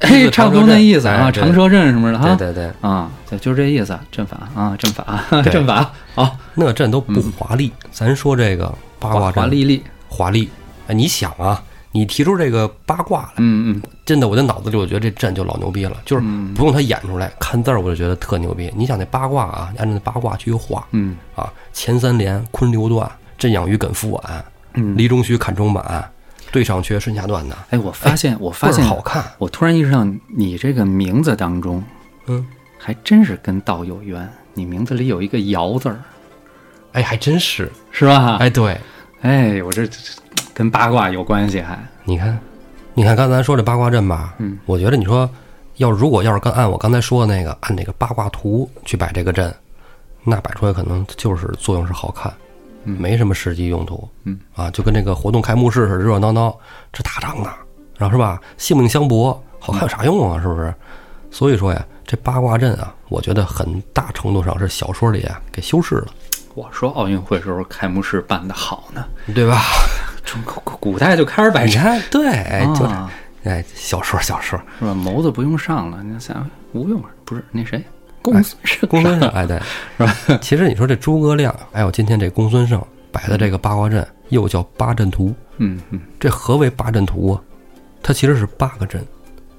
哎，差不多那意思
哎
啊，
对
长蛇阵什么的
对
哈。
哎对对，
啊，对，就是这意思，阵法啊，阵法，
对
阵法，好，
那阵都不华丽，咱说这个八卦
华
阵
华丽丽，
华丽，哎，你想啊，你提出这个八卦来，
嗯嗯，
真的，我的脑子里我觉得这阵就老牛逼了，就是
嗯
不用他演出来，看字儿我就觉得特牛逼。你想那八卦啊， 按照那八卦去画，
嗯
啊，前三连坤流段，震养于艮复碗，
嗯
离中虚坎中满，对上缺顺下断的，
哎，我发现，我
倍
发
儿
现，
好看。
我突然意识到，你这个名字当中
嗯，
还真是跟道有缘，你名字里有一个尧字儿，
哎，还真是，
是吧？
哎，对，
哎，我这这这跟八卦有关系还，
你看，你看刚才说这八卦阵吧，
嗯，
我觉得你说要如果要是刚按我刚才说的那个按那个八卦图去摆这个阵，那摆出来可能就是作用是好看，
嗯
没什么实际用途，
嗯
啊，就跟那个活动开幕式似的，热热闹闹，这打仗呢，然后是吧，性命相搏，好看有啥用
嗯
啊？是不是？所以说呀，这八卦阵啊，我觉得很大程度上是小说里啊给修饰了，
我说奥运会时候开幕式办的好呢，
对 吧？
中国古古代就开始摆
你
这，
看，对，哎就是
啊
哎，小说小说，
是吧？谋子不用上了，那下回吴用不是那谁，公孙胜
公孙胜，
上了
哎，对，是吧？ 其实你说这诸葛亮，还有今天这公孙胜摆的这个八卦阵，又叫八阵图。
嗯嗯
这何为八阵图啊？它其实是八个阵。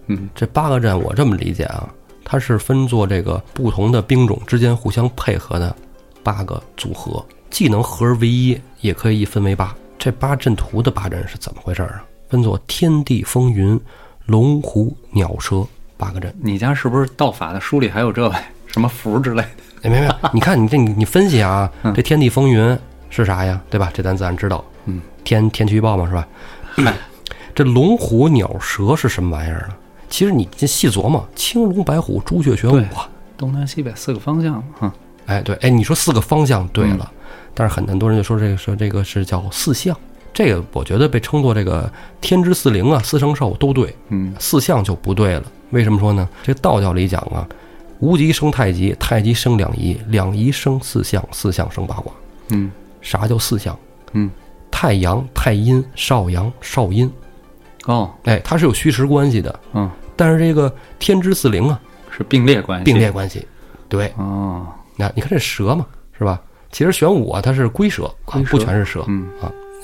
嗯
这八个阵，我这么理解啊，它是分作这个不同的兵种之间互相配合的八个组合，既能合而为一，也可以一分为八。这八阵图的八阵是怎么回事儿啊？分作天地风云、龙虎鸟蛇八个阵。
你家是不是道法的书里还有这位什么符之类的？
哎，没没，你看你这你你分析啊，这天地风云是啥呀？对吧？这咱自然知道，
嗯，
天天气预报嘛，是吧？哎这龙虎鸟蛇是什么玩意儿呢？其实你这细琢磨，青龙白虎朱雀玄武啊，
东南西北四个方向嘛，嗯哈、
哎对，哎你说四个方向对了，但是很很多人就说这个说这个是叫四象，这个我觉得被称作这个天之四灵啊，四圣兽都对，
嗯
四象就不对了。为什么说呢？这道教里讲啊，无极生太极，太极生两仪，两仪生四象，四象生八卦。
嗯
啥叫四象？
嗯，
太阳、太阴、少阳、少阴，
哦
哎，它是有虚实关系的。
嗯，
但是这个天之四灵啊，
是并列关系，
并列关系。对，
哦，
那你看这蛇嘛，是吧？其实玄武啊，它是龟蛇，啊
龟蛇
不全是蛇。
嗯，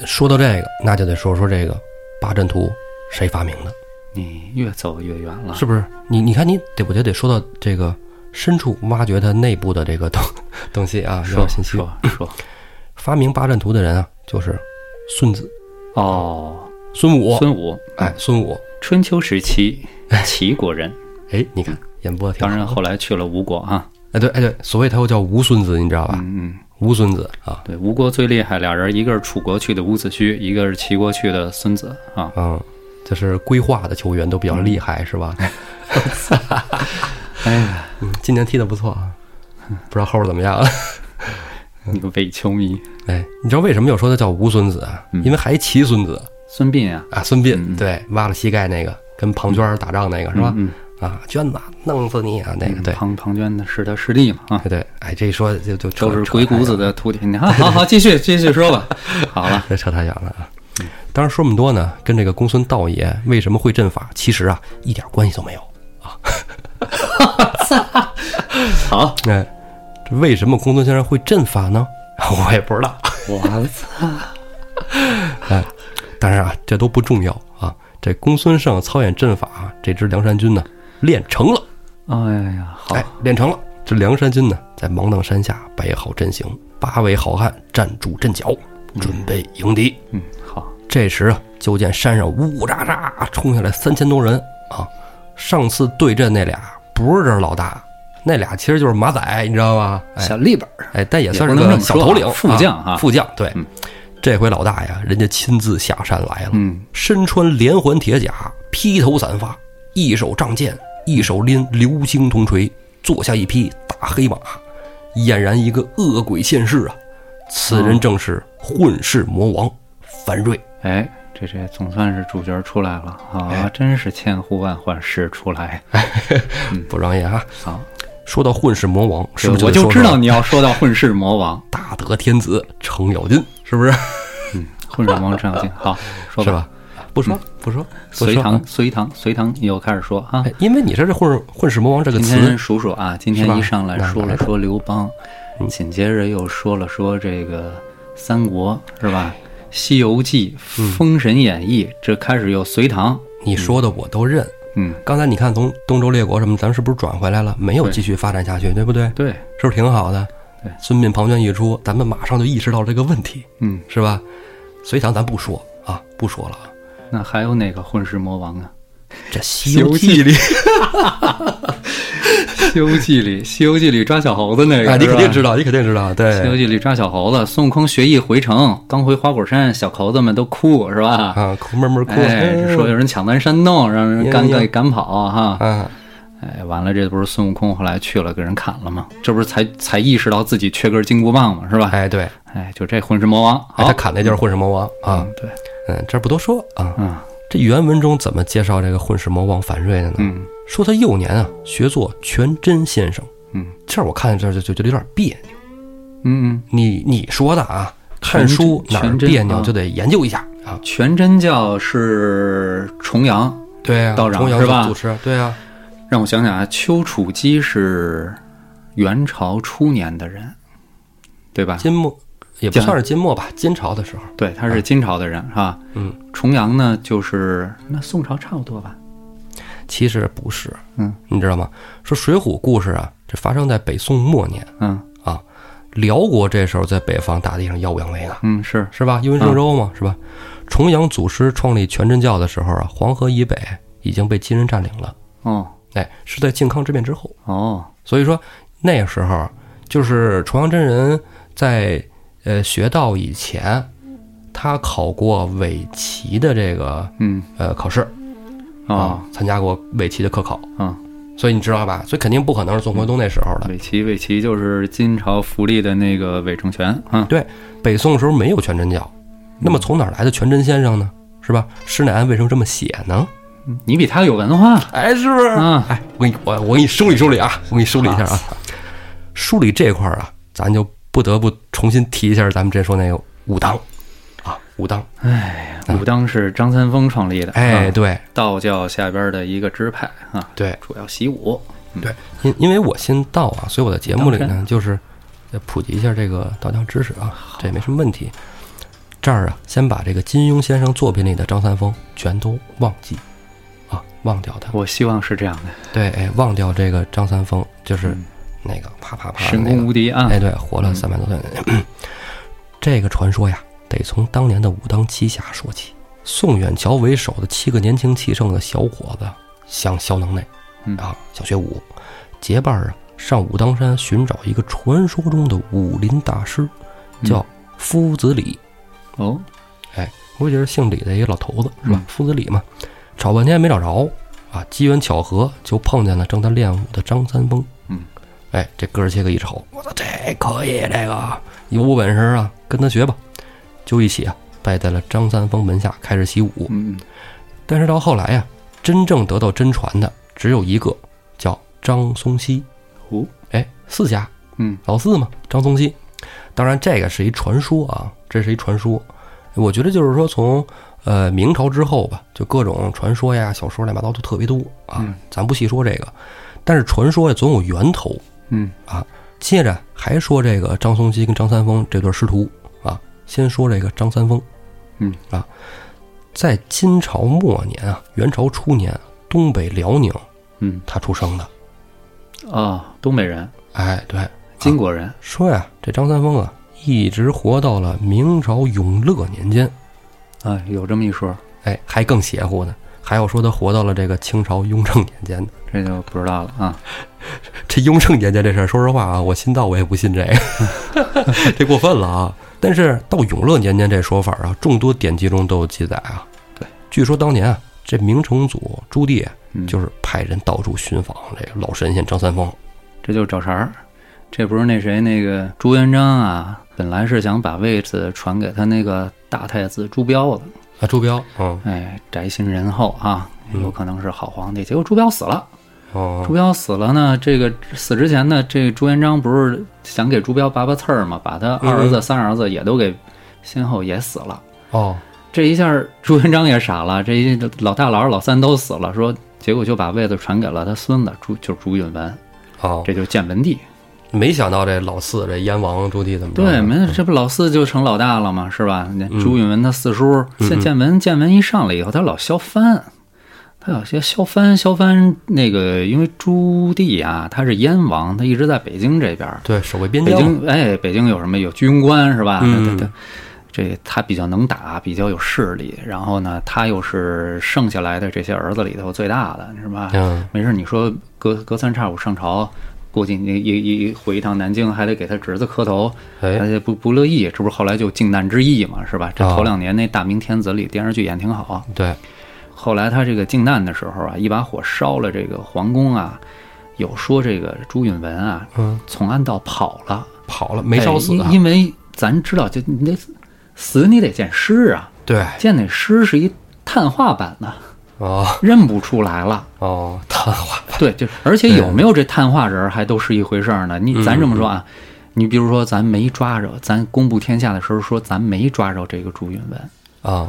说到这个，那就得说说这个八阵图谁发明的，
你越走越远了，
是不是？你你看你得，我觉得得说到这个深处挖掘它内部的这个东 东西啊，有
说
点信息。
说说
发明八阵图的人啊，就是孙子
哦，
孙武，
孙武，
哎，孙武，
春秋时期，齐国人
哎，你看演播挺
嗯当
好
然后来去了吴国啊，
哎对哎对，所以他又叫吴孙子，你知道吧？
嗯嗯，
吴孙子啊，
对，吴国最厉害俩人，一个是楚国去的伍子胥，一个是齐国去的孙子啊。
嗯，就是规划的球员都比较厉害，是吧？
嗯哎呀，
嗯， 今年踢得不错啊，
嗯
不知道后边怎么样啊？
你个伪球迷，
哎，你知道为什么要说他叫吴孙子啊？
嗯
因为还齐孙子
孙膑啊，
啊，孙膑、对，挖了膝盖那个，跟庞涓儿打仗那个是吧？
嗯
啊，娟子弄死你啊，那个、对
庞庞涓的是他师弟嘛啊，
对对，哎，这一说就就扯
都是鬼谷子的徒弟。你看，好好继续继续说 吧。好了，
这扯太远了啊。
嗯
当然说这么多呢，跟这个公孙道爷为什么会阵法，其实啊一点关系都没有啊。
好，
哎，这为什么公孙先生会阵法呢？ 我也 不知道。
我操，
但是啊，这都不重要啊。这公孙胜操演阵法啊，这支梁山军呢练成了，
哎呀，好
哎，练成了。这梁山军呢，在芒砀山下摆好阵型，八位好汉站住阵脚，准备迎敌。
嗯，好，
这时啊，就见山上呜呜喳喳冲下来三千多人啊！上次对阵那俩不是这老大，那俩其实就是马仔，你知道吗？哎
小立本儿，
哎，但也
也
算是
不能
个
这么
小
说
头
啊
领、
副将啊
副将对。
嗯
这回老大呀，人家亲自下山来了，
嗯，
身穿连环铁甲，披头散发，一手仗剑，一手拎流星铜锤，坐下一匹大黑马，俨然一个恶鬼现世啊！此人正是混世魔王樊瑞。
哎。这这总算是主角出来了
哎
啊！真是千呼万唤始出来。
不容易啊！
好，
说到混世魔王，是不是
我就
得说
知道
说
你要说到混世魔王，
大德天子程咬金，是不是？
混世魔王程咬金。好，说
是？吧？不说不说，不
隋
说
唐，隋唐，隋唐又开始说啊。
哎因为你说这混混世魔王这个
今
词
天，数数啊，今
是吧嗯
天一上来
哪
说
哪来
了
的
说刘邦，紧接着又说了说这个三国是吧？
嗯
《西游记》《封神演义》，这开始又隋唐，
你说的我都认。
嗯，
刚才你看从东周列国什么，咱们是不是转回来了？没有
对
继续发展下去，对不对？
对，
是不是挺好的
对？
孙膑、庞涓一出，咱们马上就意识到这个问题，
嗯，
是吧？隋唐咱不说啊，不说了啊。
那还有哪个混世魔王啊？
这《西游记》
里，《西游记》里，《 西游记》里抓小猴子那个，
啊，你肯定
是吧
知道，你肯定知道，
《西游
对
记》里抓小猴子，孙悟空学艺回城，刚回花果山，小猴子们都哭是吧？
啊，哭闷闷哭，
哎，是说有人抢咱山洞，让人赶
呀呀
给赶跑哈。
啊，
哎，完了，这不是孙悟空后来去了，给人砍了吗？这不是才才意识到自己缺根金箍棒吗？是吧？
哎，对，
哎，就这混世魔王，
哎
好，
他砍那就是混世魔王啊。
嗯，对，
嗯，这儿不多说啊。
嗯
这原文中怎么介绍这个混世魔王樊瑞的呢？
嗯
说他幼年啊学做全真先生，
嗯
这儿我看这儿就就就有点别扭。
嗯嗯，
你你说的啊，看书哪
全真全
儿
真
别扭
啊
就得研究一下啊。
全真教是重阳，
对啊，
道长
重阳
是吧
主持，对啊，
让我想想啊，丘处机是元朝初年的人，对吧？
啊金末也不算是金末吧，金朝的时候，
对，他是金朝的人哈。
嗯，
重阳呢，就是那宋朝差不多吧。
其实不是，
嗯，
你知道吗？说《水浒》故事啊，这发生在北宋末年
嗯
啊，辽国这时候在北方大地上耀武扬威呢。
嗯，是
是吧？因为郑州嘛，是吧？重阳祖师创立全真教的时候啊，黄河以北已经被金人占领了。
哦
哎，是在靖康之变之后，
哦，
所以说那个时候就是重阳真人在呃学道以前，他考过围棋的这个
嗯
呃考试啊
哦，
参加过围棋的科考，
嗯。
所以你知道吧？所以肯定不可能是宋徽宗那时候的。
伪齐，伪齐就是金朝福利的那个伪政权啊。
对，北宋时候没有全真教，那么从哪儿来的全真先生呢？是吧？施耐庵为什么这么写呢？
你比他有文化
哎，是不是？
啊！
哎，我给你我我给你梳理梳理啊，我给你梳理一下啊。梳理这块儿啊，咱就不得不重新提一下咱们之前说那个武当啊，武当。
武当是张三丰创立的，
哎，
啊，
对
道教下边的一个支派啊，
对
主要习武。
对，因因为我信道啊，所以我在节目里呢，就是呃普及一下这个道教知识啊，这也没什么问题。这儿啊，先把这个金庸先生作品里的张三丰全都忘记啊，忘掉他。
我希望是这样的，
对，哎，忘掉这个张三丰，就是
嗯
那个啪啪啪的
神
那个
功无敌啊
哎，！对，活了三百多岁。 这个传说呀，得从当年的武当七侠说起。宋远桥为首的七个年轻气盛的小伙子，想消能耐，
嗯
啊，小学五，结伴儿啊上武当山寻找一个传说中的武林大师，叫夫子李。
哦，
估计是姓李的一个老头子，是吧
嗯？
夫子李嘛，找半天没找着啊，机缘巧合就碰见了正在练武的张三丰。
嗯，
哎，这哥儿些个一瞅，我操，这可以，这个有本事啊，跟他学吧，就一起啊拜在了张三丰门下开始习武。
嗯
但是到后来呀、真正得到真传的只有一个，叫张松溪。
哦，
哎，四家
嗯
老四嘛，张松溪。当然，这个是一传说啊，这是一传说。我觉得就是说从，呃明朝之后吧，就各种传说呀、小说乱七八糟都特别多啊，
嗯
咱不细说这个。但是传说呀，总有源头。
嗯
接着还说这个张松溪跟张三丰这对师徒啊，先说这个张三丰，
嗯
啊，在金朝末年啊，元朝初年，东北辽宁
嗯，
他出生的。
哦，东北人，
哎，对，
金国人，
说呀，这张三丰啊，一直活到了明朝永乐年间，
啊，有这么一说，
哎，还更邪乎呢，还有说他活到了这个清朝雍正年间呢。
这就不知道了啊。
这雍正年间这事儿，说实话啊，我信道我也不信这个， 这过分了啊。但是到永乐年间这说法啊，众多典籍中都有记载啊。
对，
据说当年啊，这明成祖朱棣
嗯，
就是派人到处寻访这个老神仙张三丰。
这就是找茬儿。这不是那谁那个朱元璋啊，本来是想把位子传给他那个大太子朱标的，
啊，朱标，嗯，
哎，宅心仁厚啊，
嗯
有可能是好皇帝。结果朱标死了，朱
哦，
标死了呢，这个死之前呢，这朱元璋不是想给朱标拔拔刺儿嘛，把
嗯
他二儿子、三儿子也都给先后也死了。
哦，
这一下朱元璋也傻了，这一老大、老二、老三都死了，说结果就把位子传给了他孙子朱，就是朱允文，
哦，
这就是建文帝。
没想到这老四这燕王朱棣怎么着？
对，没这不老四就成老大了吗？是吧？那
嗯
朱允文他四叔，建建文建文一上来以后，他老削藩，他老些削藩削藩。那个因为朱棣啊，他是燕王，他一直在北京这边儿。
对，守卫边
北
疆。
京哎，北京有什么有居庸关是吧？
嗯
对对。这他比较能打，比较有势力，然后呢，他又是剩下来的这些儿子里头最大的，是吧？
嗯，
没事，你说隔隔三差五上朝，过去你一一一回一趟南京，还得给他侄子磕头，他
哎，
就不不乐意，这不是后来就靖难之役嘛，是吧？这
啊
头两年那《大明天子》里电视剧演挺好，
对，
后来他这个靖难的时候啊，一把火烧了这个皇宫啊，有说这个朱允文啊
嗯，
从安道跑了，
跑了，没烧死
哎
啊
因。因为咱知道，就你得死你得见尸啊，
对，
见那尸是一碳化版的，
哦
认不出来了。
哦，他化
对，就而且有没有这碳化人儿还都是一回事儿呢。
嗯
你咱这么说啊，你比如说咱没抓着，咱公布天下的时候说咱没抓着这个朱允文，
啊，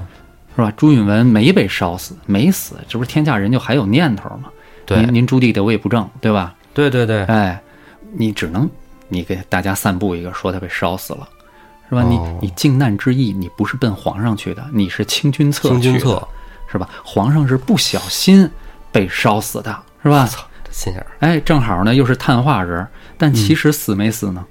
是吧？朱允文没被烧死，没死，这不是天下人就还有念头吗？
对
您您朱棣得位不正，对吧？
对对对，
哎，你只能你给大家散布一个，说他被烧死了。是吧？你
哦
你靖难之役，你不是奔皇上去的，你是清君侧
清君
去的
侧，
是吧？皇上是不小心被烧死的，是吧？
操，这心眼儿，
哎，正好呢，又是碳化人儿，
嗯
但其实死没死呢，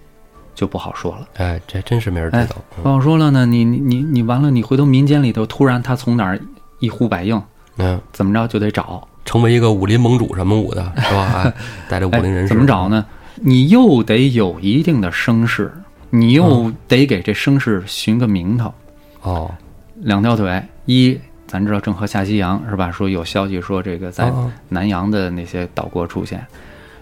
就不好说了。
哎，这真是没人知
哎
道。
不好说了呢，你你你你完了，你回头民间里头突然他从哪儿一呼百应，
嗯，
怎么着就得找，
成为一个武林盟主什么武的，是吧？哎带着武
哎
林人士
怎么找？呢？你又得有一定的声势，你
嗯
又得给这声势寻个名头。
哦，
两条腿，一咱知道郑和下西洋是吧？说有消息说这个在
啊
南洋的那些岛国出现，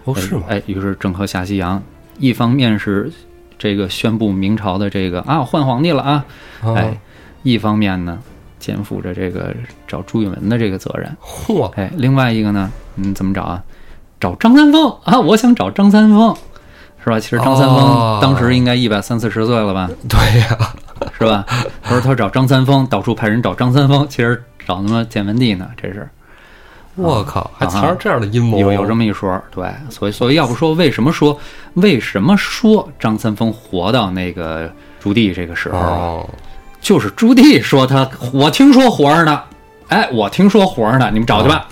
哦，是吗？
哎，于是郑和下西洋，一方面是这个宣布明朝的这个啊换皇帝了啊，
啊
哎，，一方面呢肩负着这个找朱允文的这个责任，
嚯，
哎，另外一个呢，嗯，怎么找啊？找张三丰啊，我想找张三丰，是吧？其实张三
哦
丰当时应该一百三四十岁了吧，
对呀，
是吧？他说他找张三丰，到处派人找张三丰，其实找他妈建文帝呢，这是。
我靠，还藏着这样的阴谋，
有有这么一说，对，所以所以要不说为什么说为什么说张三丰活到那个朱棣这个时候啊，
哦，
就是朱棣说他我听说活着呢，哎，我听说活着呢，你们找去吧，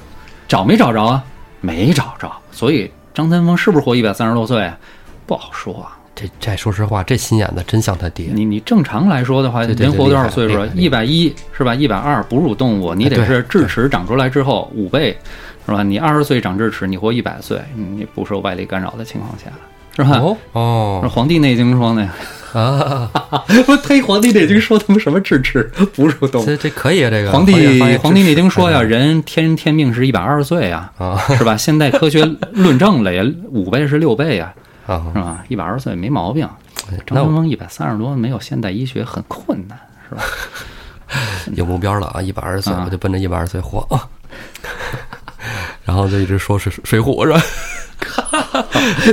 找没找着啊？没找着，所以张三丰是不是活一百三十多岁啊？不好说啊。
这这说实话，这心眼子真像他爹。
你你正常来说的话，
对对
人活多
厉
少
害
岁数啊
厉害？
一
厉
百一是吧？一百二，哺乳动物，你
哎
得
对
是智齿长出来之后五倍，是吧？你二十岁长智齿，你活一百岁，你不受外力干扰的情况下，是吧？
哦
是《
哦
黄帝内经》说的呀，
啊，
不是推《黄帝内经》说他们什么智齿不受动物。
这这可以啊，这个
皇帝《
皇
黄帝内经》说呀，人天天命是一百二十岁呀，
啊
是吧？现代科学论证了呀，五倍是六倍呀，
啊，
是吧？一百二十岁没毛病，张
那
三
我
丰一百三十多，没有现代医学很困难，是吧？
有目标了啊，一百二十岁，我就奔着一百二十岁活啊。然后就一直说水水浒是吧？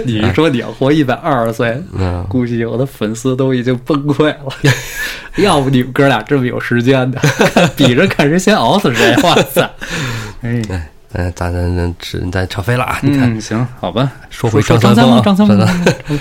你说你要活一百二十岁，
嗯，
估计我的粉丝都已经崩溃了。 要不你们哥俩这么有时间的， 比着看谁先熬死谁！哇塞， 哎，
哎，嗯，咱咱咱只咱扯飞了啊！你看，
嗯，行，好吧，
说回
说
张
张
三丰
丰，
啊
嗯张三
张
丰，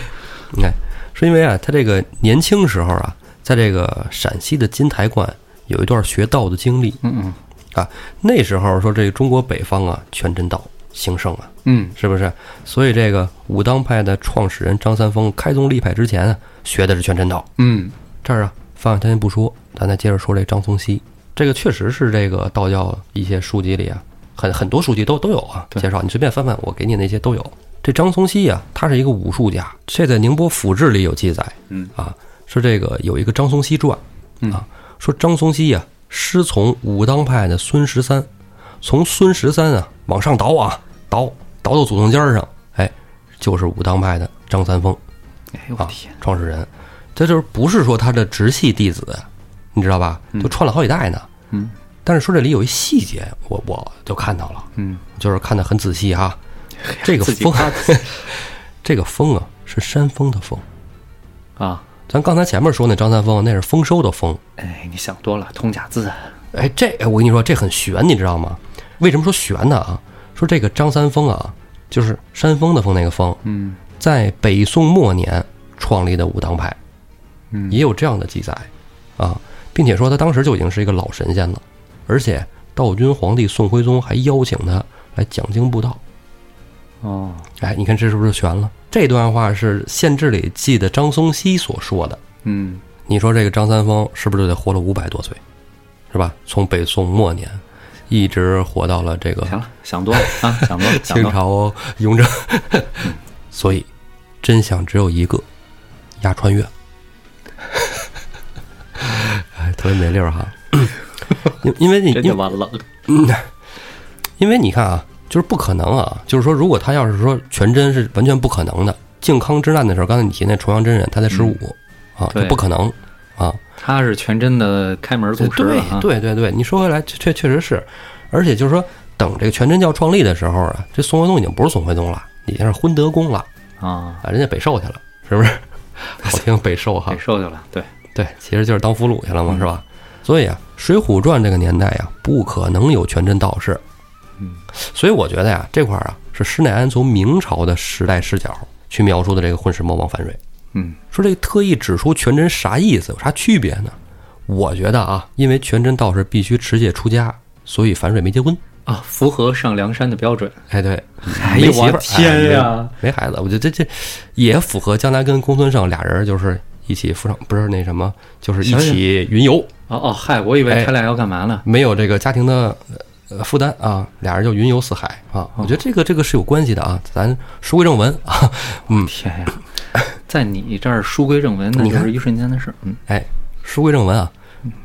你看，是因为啊，他这个年轻时候啊，在这个陕西的金台观有一段学道的经历
嗯嗯
啊。那时候说这个中国北方啊，全真道兴盛啊，
嗯，
是不是？所以这个武当派的创始人张三丰开宗立派之前啊，学的是全真道。
嗯，
这儿啊，放下先不说，咱再接着说这张宗羲。这个确实是这个道教一些书籍里啊，很很多书籍都都有啊，
对
介绍你随便翻翻，我给你那些都有。这张宗羲啊，他是一个武术家，这在宁波府志里有记载，
嗯
啊，说这个有一个张宗羲传，
嗯
啊，说张宗羲啊，师从武当派的孙十三，从孙十三啊往上倒啊，倒倒到祖宗尖儿上，哎，就是武当派的张三丰。
哎呦我
啊
天，，
创始人，这就是不是说他的直系弟子，你知道吧？就传了好几代呢。
嗯
但是说这里有一细节，我我就看到了，
嗯，
就是看得很仔 细哈。这个
自己
风
夸，
这个风啊是山峰的风，
啊，
咱刚才前面说那张三丰那是丰收的丰。
哎，你想多了，通假字啊，
哎，这哎我跟你说这很悬，你知道吗？为什么说悬呢啊？说这个张三丰啊，就是山峰的峰那个峰，
嗯
在北宋末年创立的武当派，
嗯
也有这样的记载啊，并且说他当时就已经是一个老神仙了，而且道君皇帝宋徽宗还邀请他来讲经布道。
哦，
哎，你看这是不是悬了？这段话是县志里记的张松溪所说的。
嗯
你说这个张三丰是不是就得活了五百多岁，是吧？从北宋末年一直活到了这个
行了，想多了啊，想多了，想
清
多了，
朝哦雍正，嗯所以真相只有一个：压穿 越。哎，特别没溜儿 哈。因因为你
真
因
就
为
完了，
因为你看啊，就是不可能啊，就是说，如果他要是说全真是完全不可能的。靖康之难的时候，刚才你提那重阳真人，他才十五啊，就
嗯对
不可能啊。
他是全真的开门祖师了啊，
对对对对，你说回来，确确确实是，而且就是说，等这个全真教创立的时候啊，这宋徽宗已经不是宋徽宗了，已经是昏德公了。
啊，
啊，人家北狩去了，是不 是？好听北嗯狩哈
给，收去了，对，
对，其实就是当俘虏去了嘛，是吧？所以啊，《水浒传》这个年代呀、不可能有全真道士。
嗯，
所以我觉得呀、这块儿啊，是施耐庵从明朝的时代视角去描述的这个混世魔王樊瑞，
嗯
说这个特意指出全真啥意思，有啥区别呢？我觉得啊，因为全真道士必须持戒出家，所以樊瑞没结婚。
啊，符合上梁山的标准，
哎，对，
哎
没
呦
媳妇
我
儿，
天呀
哎，没没孩子，我觉得这这也符合将来跟公孙胜俩人就是一起扶上，不是那什么，就是一
行行
起云游，
哦哦，嗨，我以为他俩要干嘛呢？
没有这个家庭的呃负担啊，俩人就云游四海啊。我觉得这个这个是有关系的啊。咱书归正文啊，嗯，
天呀， 在你这儿书归正文，那
你
就
看
是一瞬间的事儿。嗯，
哎，书归正文啊，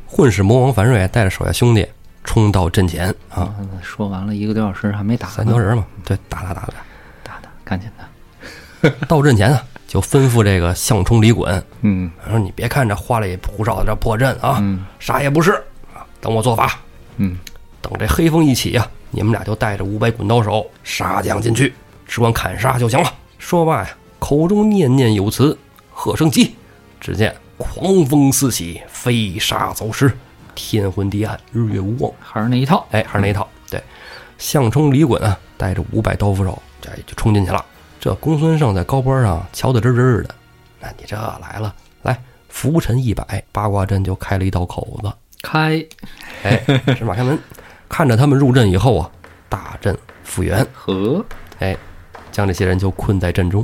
混世魔王樊瑞带着手下兄弟冲到阵前啊，
啊说完了一个多小时还没打
三
呢
条人嘛，对，打打打打。
打打，赶紧的。
到阵前啊，就吩咐这个项冲李衮
嗯
我说你别看这花里胡哨的这破阵啊，
嗯
啥也不是啊，等我做法，
嗯，
等这黑风一起呀、你们俩就带着五百滚刀手杀将进去，只管砍杀就行了。说罢呀，口中念念有词，喝声急，只见狂风四起，飞沙走石，天昏地暗，日月无光。
还是那一套。
哎，还是那一套。对，项冲李衮啊，带着五百刀斧手，这就冲进去了。这公孙胜在高坡上瞧得直直的，那你这来了，来拂尘一摆，八卦阵就开了一道口子。
开，
哎，是马开门。看着他们入阵以后啊，大阵复原，
和，
哎，将这些人就困在阵中。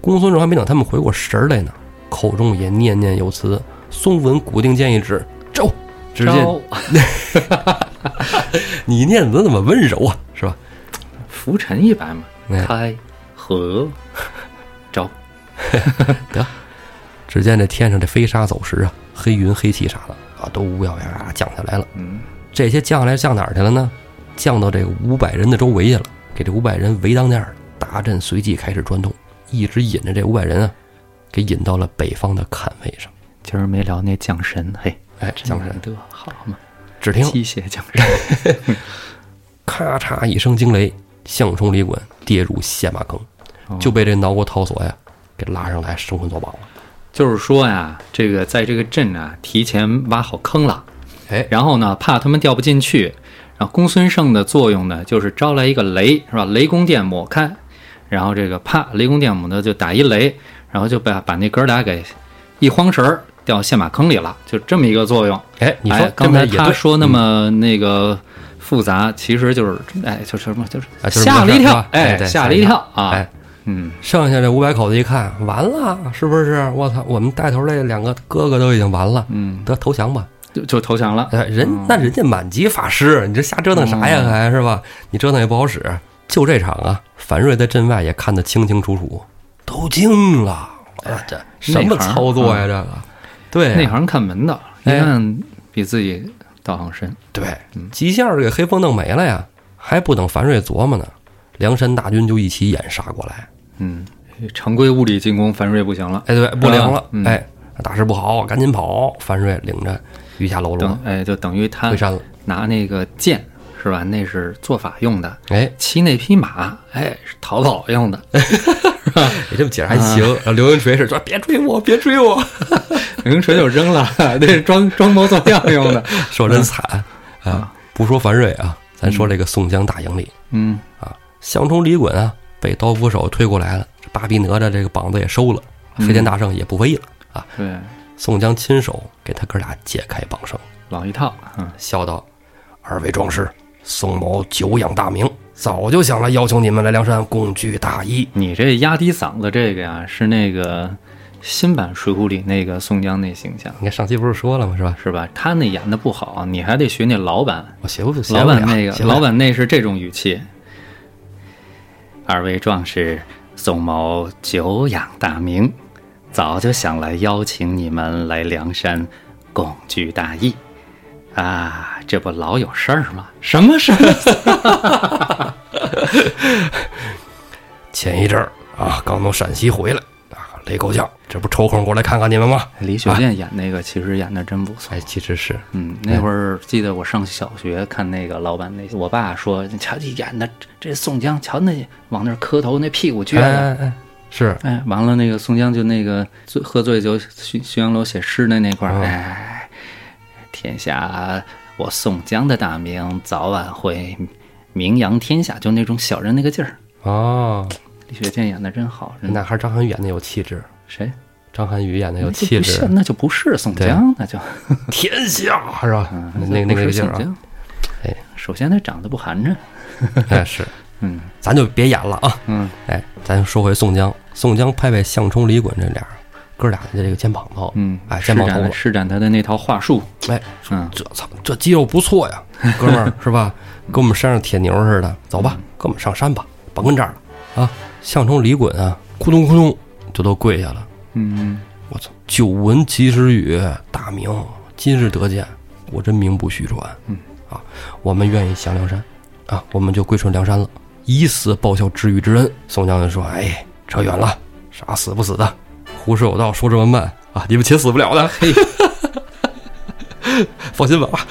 公孙胜还没等他们回过神儿来呢，口中也念念有词。松文古定剑一指，招，只见
招
你念词怎么温柔啊，是吧？
浮沉一般嘛，
哎
开 合招。
只见这天上这飞沙走石啊，黑云黑气啥的啊，都乌泱泱降下来了。
嗯，
这些降下来降哪儿去了呢？降到这五百人的周围去了，给这五百人围当面儿。大阵随即开始转动，一直引着这五百人啊，给引到了北方的坎位上。
今儿没聊那降神，嘿，
哎，
降
降神，
得好嘛，
只听
机械降神。
咔嚓一声惊雷，向冲李衮跌入陷马坑，
哦
就被这挠国讨索呀给拉上来生魂作绑了。
就是说呀，这个在这个镇啊，提前挖好坑了，
哎，
然后呢，怕他们掉不进去。然后公孙胜的作用呢，就是招来一个雷，是吧？雷公电母开，然后这个啪，雷公电母呢就打一雷，然后就把把那哥俩给一慌神儿掉陷马坑里了，就这么一个作用。
哎，你说
哎、刚才
这么也嗯
他
对
说那么那个复杂，其实就是哎，就是什么，就是
啊就是
吓了一
没事
跳
啊，哎
哎，
对
吓了一跳啊，
哎，
嗯，
剩下这五百口子一看，完了，是不是？我操，我们带头这两个哥哥都已经完了，
嗯，啊
得投降吧。
就就投降了。
哎，人那人家满级法师，你这瞎折腾啥呀？还是
嗯
吧？你折腾也不好使。就这场啊，樊瑞在阵外也看得清清楚楚，都惊了。啊，这什么
哎内行啊
操作呀？这个，对啊
内
呀，
行看门道，一
哎
看比自己道行深。
对，
嗯
一下儿给黑风弄没了呀！还不等樊瑞琢磨呢，梁山大军就一起掩杀过来。
嗯，常规物理进攻樊瑞不行了，
哎，对，不灵了，
嗯
哎，大事不好，赶紧跑！樊瑞领着余下喽啰
等哎就等于他
回山了。
拿那个剑是吧？那是做法用的，
哎，
骑那匹马哎是逃跑用 的，
你这么解释还行。
啊
然后刘云锤是说：“别追我，别追我
零锤就扔了， 那是装装模作样用的。！”
说真惨啊！不说樊瑞啊，咱说这个宋江大营里
嗯，
啊，项冲、李衮啊被刀斧手推过来了，这八臂哪吒这个膀子也收了，
嗯
飞天大圣也不威了啊。
对，
宋江亲手给他哥俩解开绑绳，
老一套，嗯，
笑道：“二位壮士，宋某久仰大名，早就想来邀请你们来梁山共聚大义。
你这压低嗓子这个呀，是那个新版《水浒》里那个宋江那形象
你看上期不是说了吗？是吧？
是吧？他那演的不好，啊你还得学那老版。
我学不学
老
不了
板那个，
学不了
老板那是这种语气。二位壮士，宋某久仰大名，早就想来邀请你们来梁山共聚大义。啊，这不老有事儿吗？什么事儿？
前一阵儿啊，刚从陕西回来啊，累够呛，这不抽空过来看看你们吗？
李雪健演那个其实演的真不错
哎，。其实是
嗯，那会儿记得我上小学看那个老板那，我爸说瞧你演的这宋江，瞧那往那儿磕头那屁股撅
哎
的，
哎哎，是
哎，完了，那个宋江就那个醉喝醉酒，浔浔阳楼写诗的那块
哦
儿，哎，天下我宋江的大名早晚会名扬天下，就那种小人那个劲儿。
哦，
李雪健演的真好，真的。
那还是张涵予演的有气质，
谁？
张涵予演的有
那就
气
不是
质，
那就不是宋
对
江，那就
天下是吧？那那
嗯不
那个
是
劲
宋
儿啊，
江。
哎，
首先他长得不寒碜，
哎是，
嗯
咱就别演了啊。
嗯，
哎，咱说回宋江，宋江拍拍项冲、李衮这俩哥俩的这个肩膀头，
嗯，
哎，
施
肩膀头
展施展他的那套话术，
哎，
嗯，
这操，这肌肉不错呀，哥 们儿是吧？嗯跟我们山上铁牛似的，走吧，跟我们上山吧，甭跟这儿了啊！项冲、李衮啊，咕咚咕咚就都跪下了。
嗯，
我操，久闻及时雨，大名今日得见，我真名不虚传。嗯啊，我们愿意降梁山，啊，我们就归顺梁山了，以死报效知遇之恩。宋江就说：“哎，扯远了，啥死不死的，胡说有道，说这么慢啊，你们且死不了的。嘿， 放心吧。”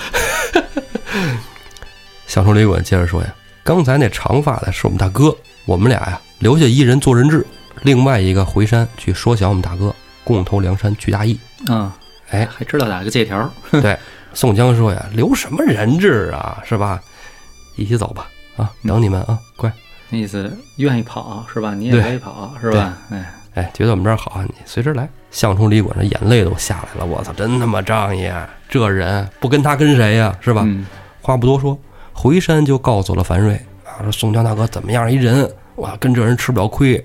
小冲李衮接着说呀：“刚才那长发的是我们大哥，我们俩呀留下一人做人质，另外一个回山去说降我们大哥，共投梁山聚大义。
啊，
哎
还知道打个借条，
对，宋江说呀，留什么人质啊，是吧？一起走吧，啊，
嗯
等你们啊，乖，
那意思愿意跑是吧？你也
对
可以跑是吧？哎。
哎，觉得我们这儿好，你随时来。项冲李衮这眼泪都下来了，我操，真他妈仗义啊！这人不跟他跟谁呀、啊是吧？
嗯
话不多说，回山就告诉了樊瑞啊，说宋江大哥怎么样一人，我跟这人吃不了亏。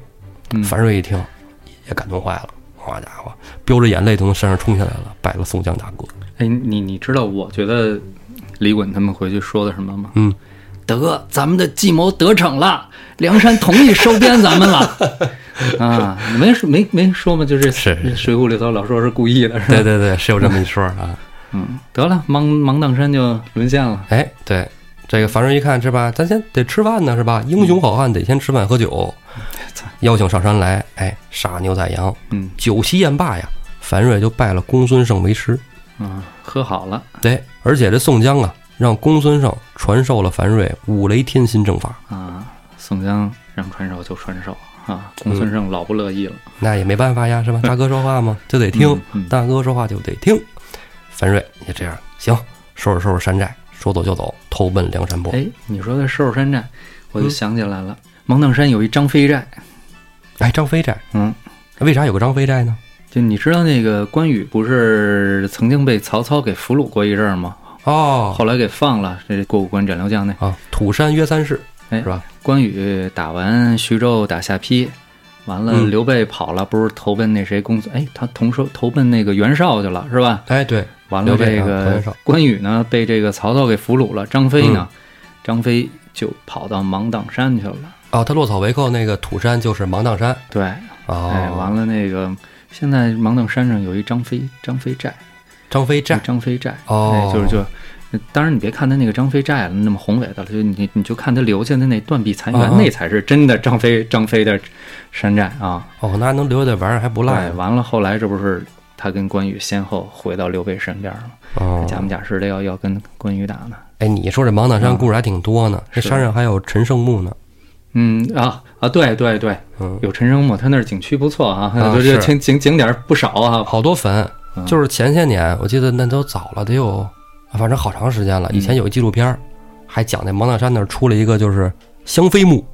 嗯
樊瑞一听也感动坏了，好家伙，飙着眼泪从山上冲下来了，拜了宋江大哥。
哎，你你知道，我觉得李衮他们回去说的什么吗？
嗯，
得，咱们的计谋得逞了，梁山同意收编咱们了。 啊，没说没没说嘛，就是
是是
水浒里头老说是故意的，是吧？
对对对，是有这么一说啊。
嗯，得了，芒芒砀山就沦陷了。
哎，对，这个樊瑞一看是吧，咱先得吃饭呢是吧？英雄好汉得先吃饭喝酒，
操
邀请上山来，哎，杀牛宰羊，
嗯
酒席宴罢呀，樊瑞就拜了公孙胜为师。
啊，喝好了，
对，而且这宋江啊，让公孙胜传授了樊瑞五雷天心正法，
啊，宋江让传授就传授啊，公
嗯
孙胜老不乐意了，
那也没办法呀，是吧？大哥说话嘛，就得听，
嗯嗯
大哥说话就得听。樊瑞也这样，行，收拾收拾山寨，说走就走，投奔梁山伯。
哎，你说的瘦山寨，我
嗯
就想起来了，芒砀山有一张飞寨，
哎，张飞寨，
嗯，
为啥有个张飞寨呢？
就你知道那个关羽不是曾经被曹操给俘虏过一阵儿吗？
哦，
后来给放了，这过五关斩六将那
啊，土山约三世，
哎
是吧？
关羽打完徐州打下邳，完了
嗯
刘备跑了，不是投奔那谁公孙哎他同说投奔那个袁绍去了是吧？
哎，对，
完了
刘备
这
啊投
个
袁绍嗯
关羽呢被这个曹操给俘虏了，张飞呢，张飞就跑到芒砀山去了。
哦，他落草为寇那个土山就是芒砀山。
对，
哦，
哎，完了那个现在芒砀山上有一张飞张飞寨。
张飞寨
那，张飞寨
哦
哎就是就，当然你别看他那个张飞寨了那么宏伟的了，就你你就看他留下的那断壁残垣，
啊啊
那才是真的张飞张飞的山寨啊！
哦，那还能留下点玩意儿还不赖
对，。完了后来这不是他跟关羽先后回到刘备身边了，
哦，
假模假式的要要跟关羽打呢。
哎，你说这芒砀山故事还挺多呢，
嗯
这
是
山上还有陈胜墓呢。
嗯啊啊，对对对，
嗯，
有陈胜墓，他那儿景区不错啊，
啊
就这
是
景景景点儿不少啊。
好多坟，
嗯
就是前些年我记得那都早了，得有，啊反正好长时间了。
嗯
以前有一纪录片儿，还讲那芒砀山那儿出了一个就是香妃墓，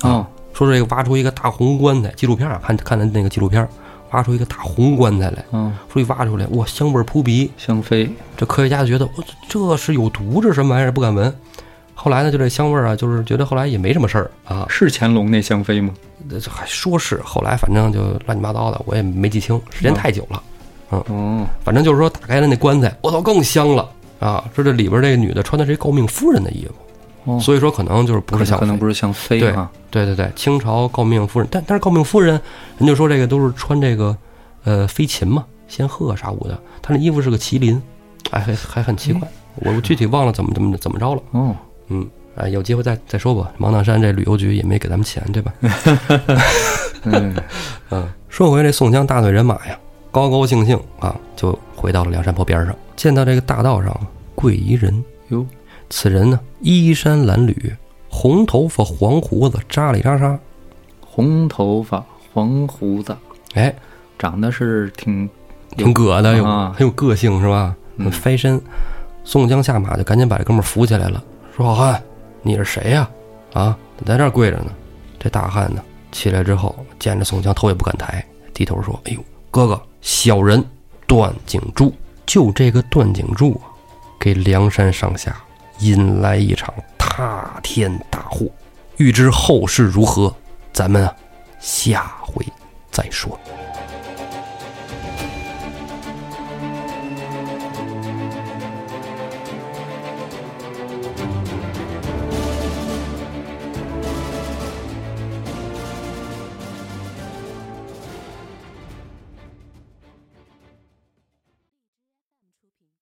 啊
哦，
说这个挖出一个大红棺材，纪录片儿啊，看看的那个纪录片儿，挖出一个大红棺材来，
嗯，
说一挖出来，哇，香味儿扑鼻。
香妃，
这科学家就觉得，我这是有毒，这什么玩意儿不敢闻。后来呢，就这香味儿啊，就是觉得后来也没什么事儿啊，
是乾隆那香妃吗？
这还说是后来反正就乱七八糟的，我也没记清，
嗯
时间太久了。
哦，
反正就是说，打开了那棺材，我操，更香了啊！说这里边这个女的穿的是一诰命夫人的衣服，
哦
所以说可能就是不是香妃
可能不是香妃
对
啊。
对对对，清朝诰命夫人，但但是诰命夫人，人就说这个都是穿这个呃飞禽嘛，仙鹤啊啥舞的，她那衣服是个麒麟，哎，还还很
嗯
奇怪，我具体忘了怎么怎么怎么着了，
哦，
嗯。哎，有机会再再说吧。芒砀山这旅游局也没给咱们钱，对吧？
嗯。
嗯， 说回这宋江大队人马呀，高高兴兴啊，就回到了梁山泊边上，见到这个大道上跪一人，
哟，
此人呢衣衫褴褛，红头发黄胡子，扎里扎沙，
红头发，黄胡子，
哎，
长得是挺
挺葛的，有
啊
很有个性是吧？很翻身。宋江下马就赶紧把这哥们儿扶起来了，说：“好汉，你是谁呀、啊？你在这儿跪着呢。”这大汉呢起来之后，见着宋江头也不敢抬，低头说：“哎呦，哥哥，小人段景柱，就这个段景柱啊，给梁山上下引来一场塌天大祸。欲知后事如何，咱们啊下回再说。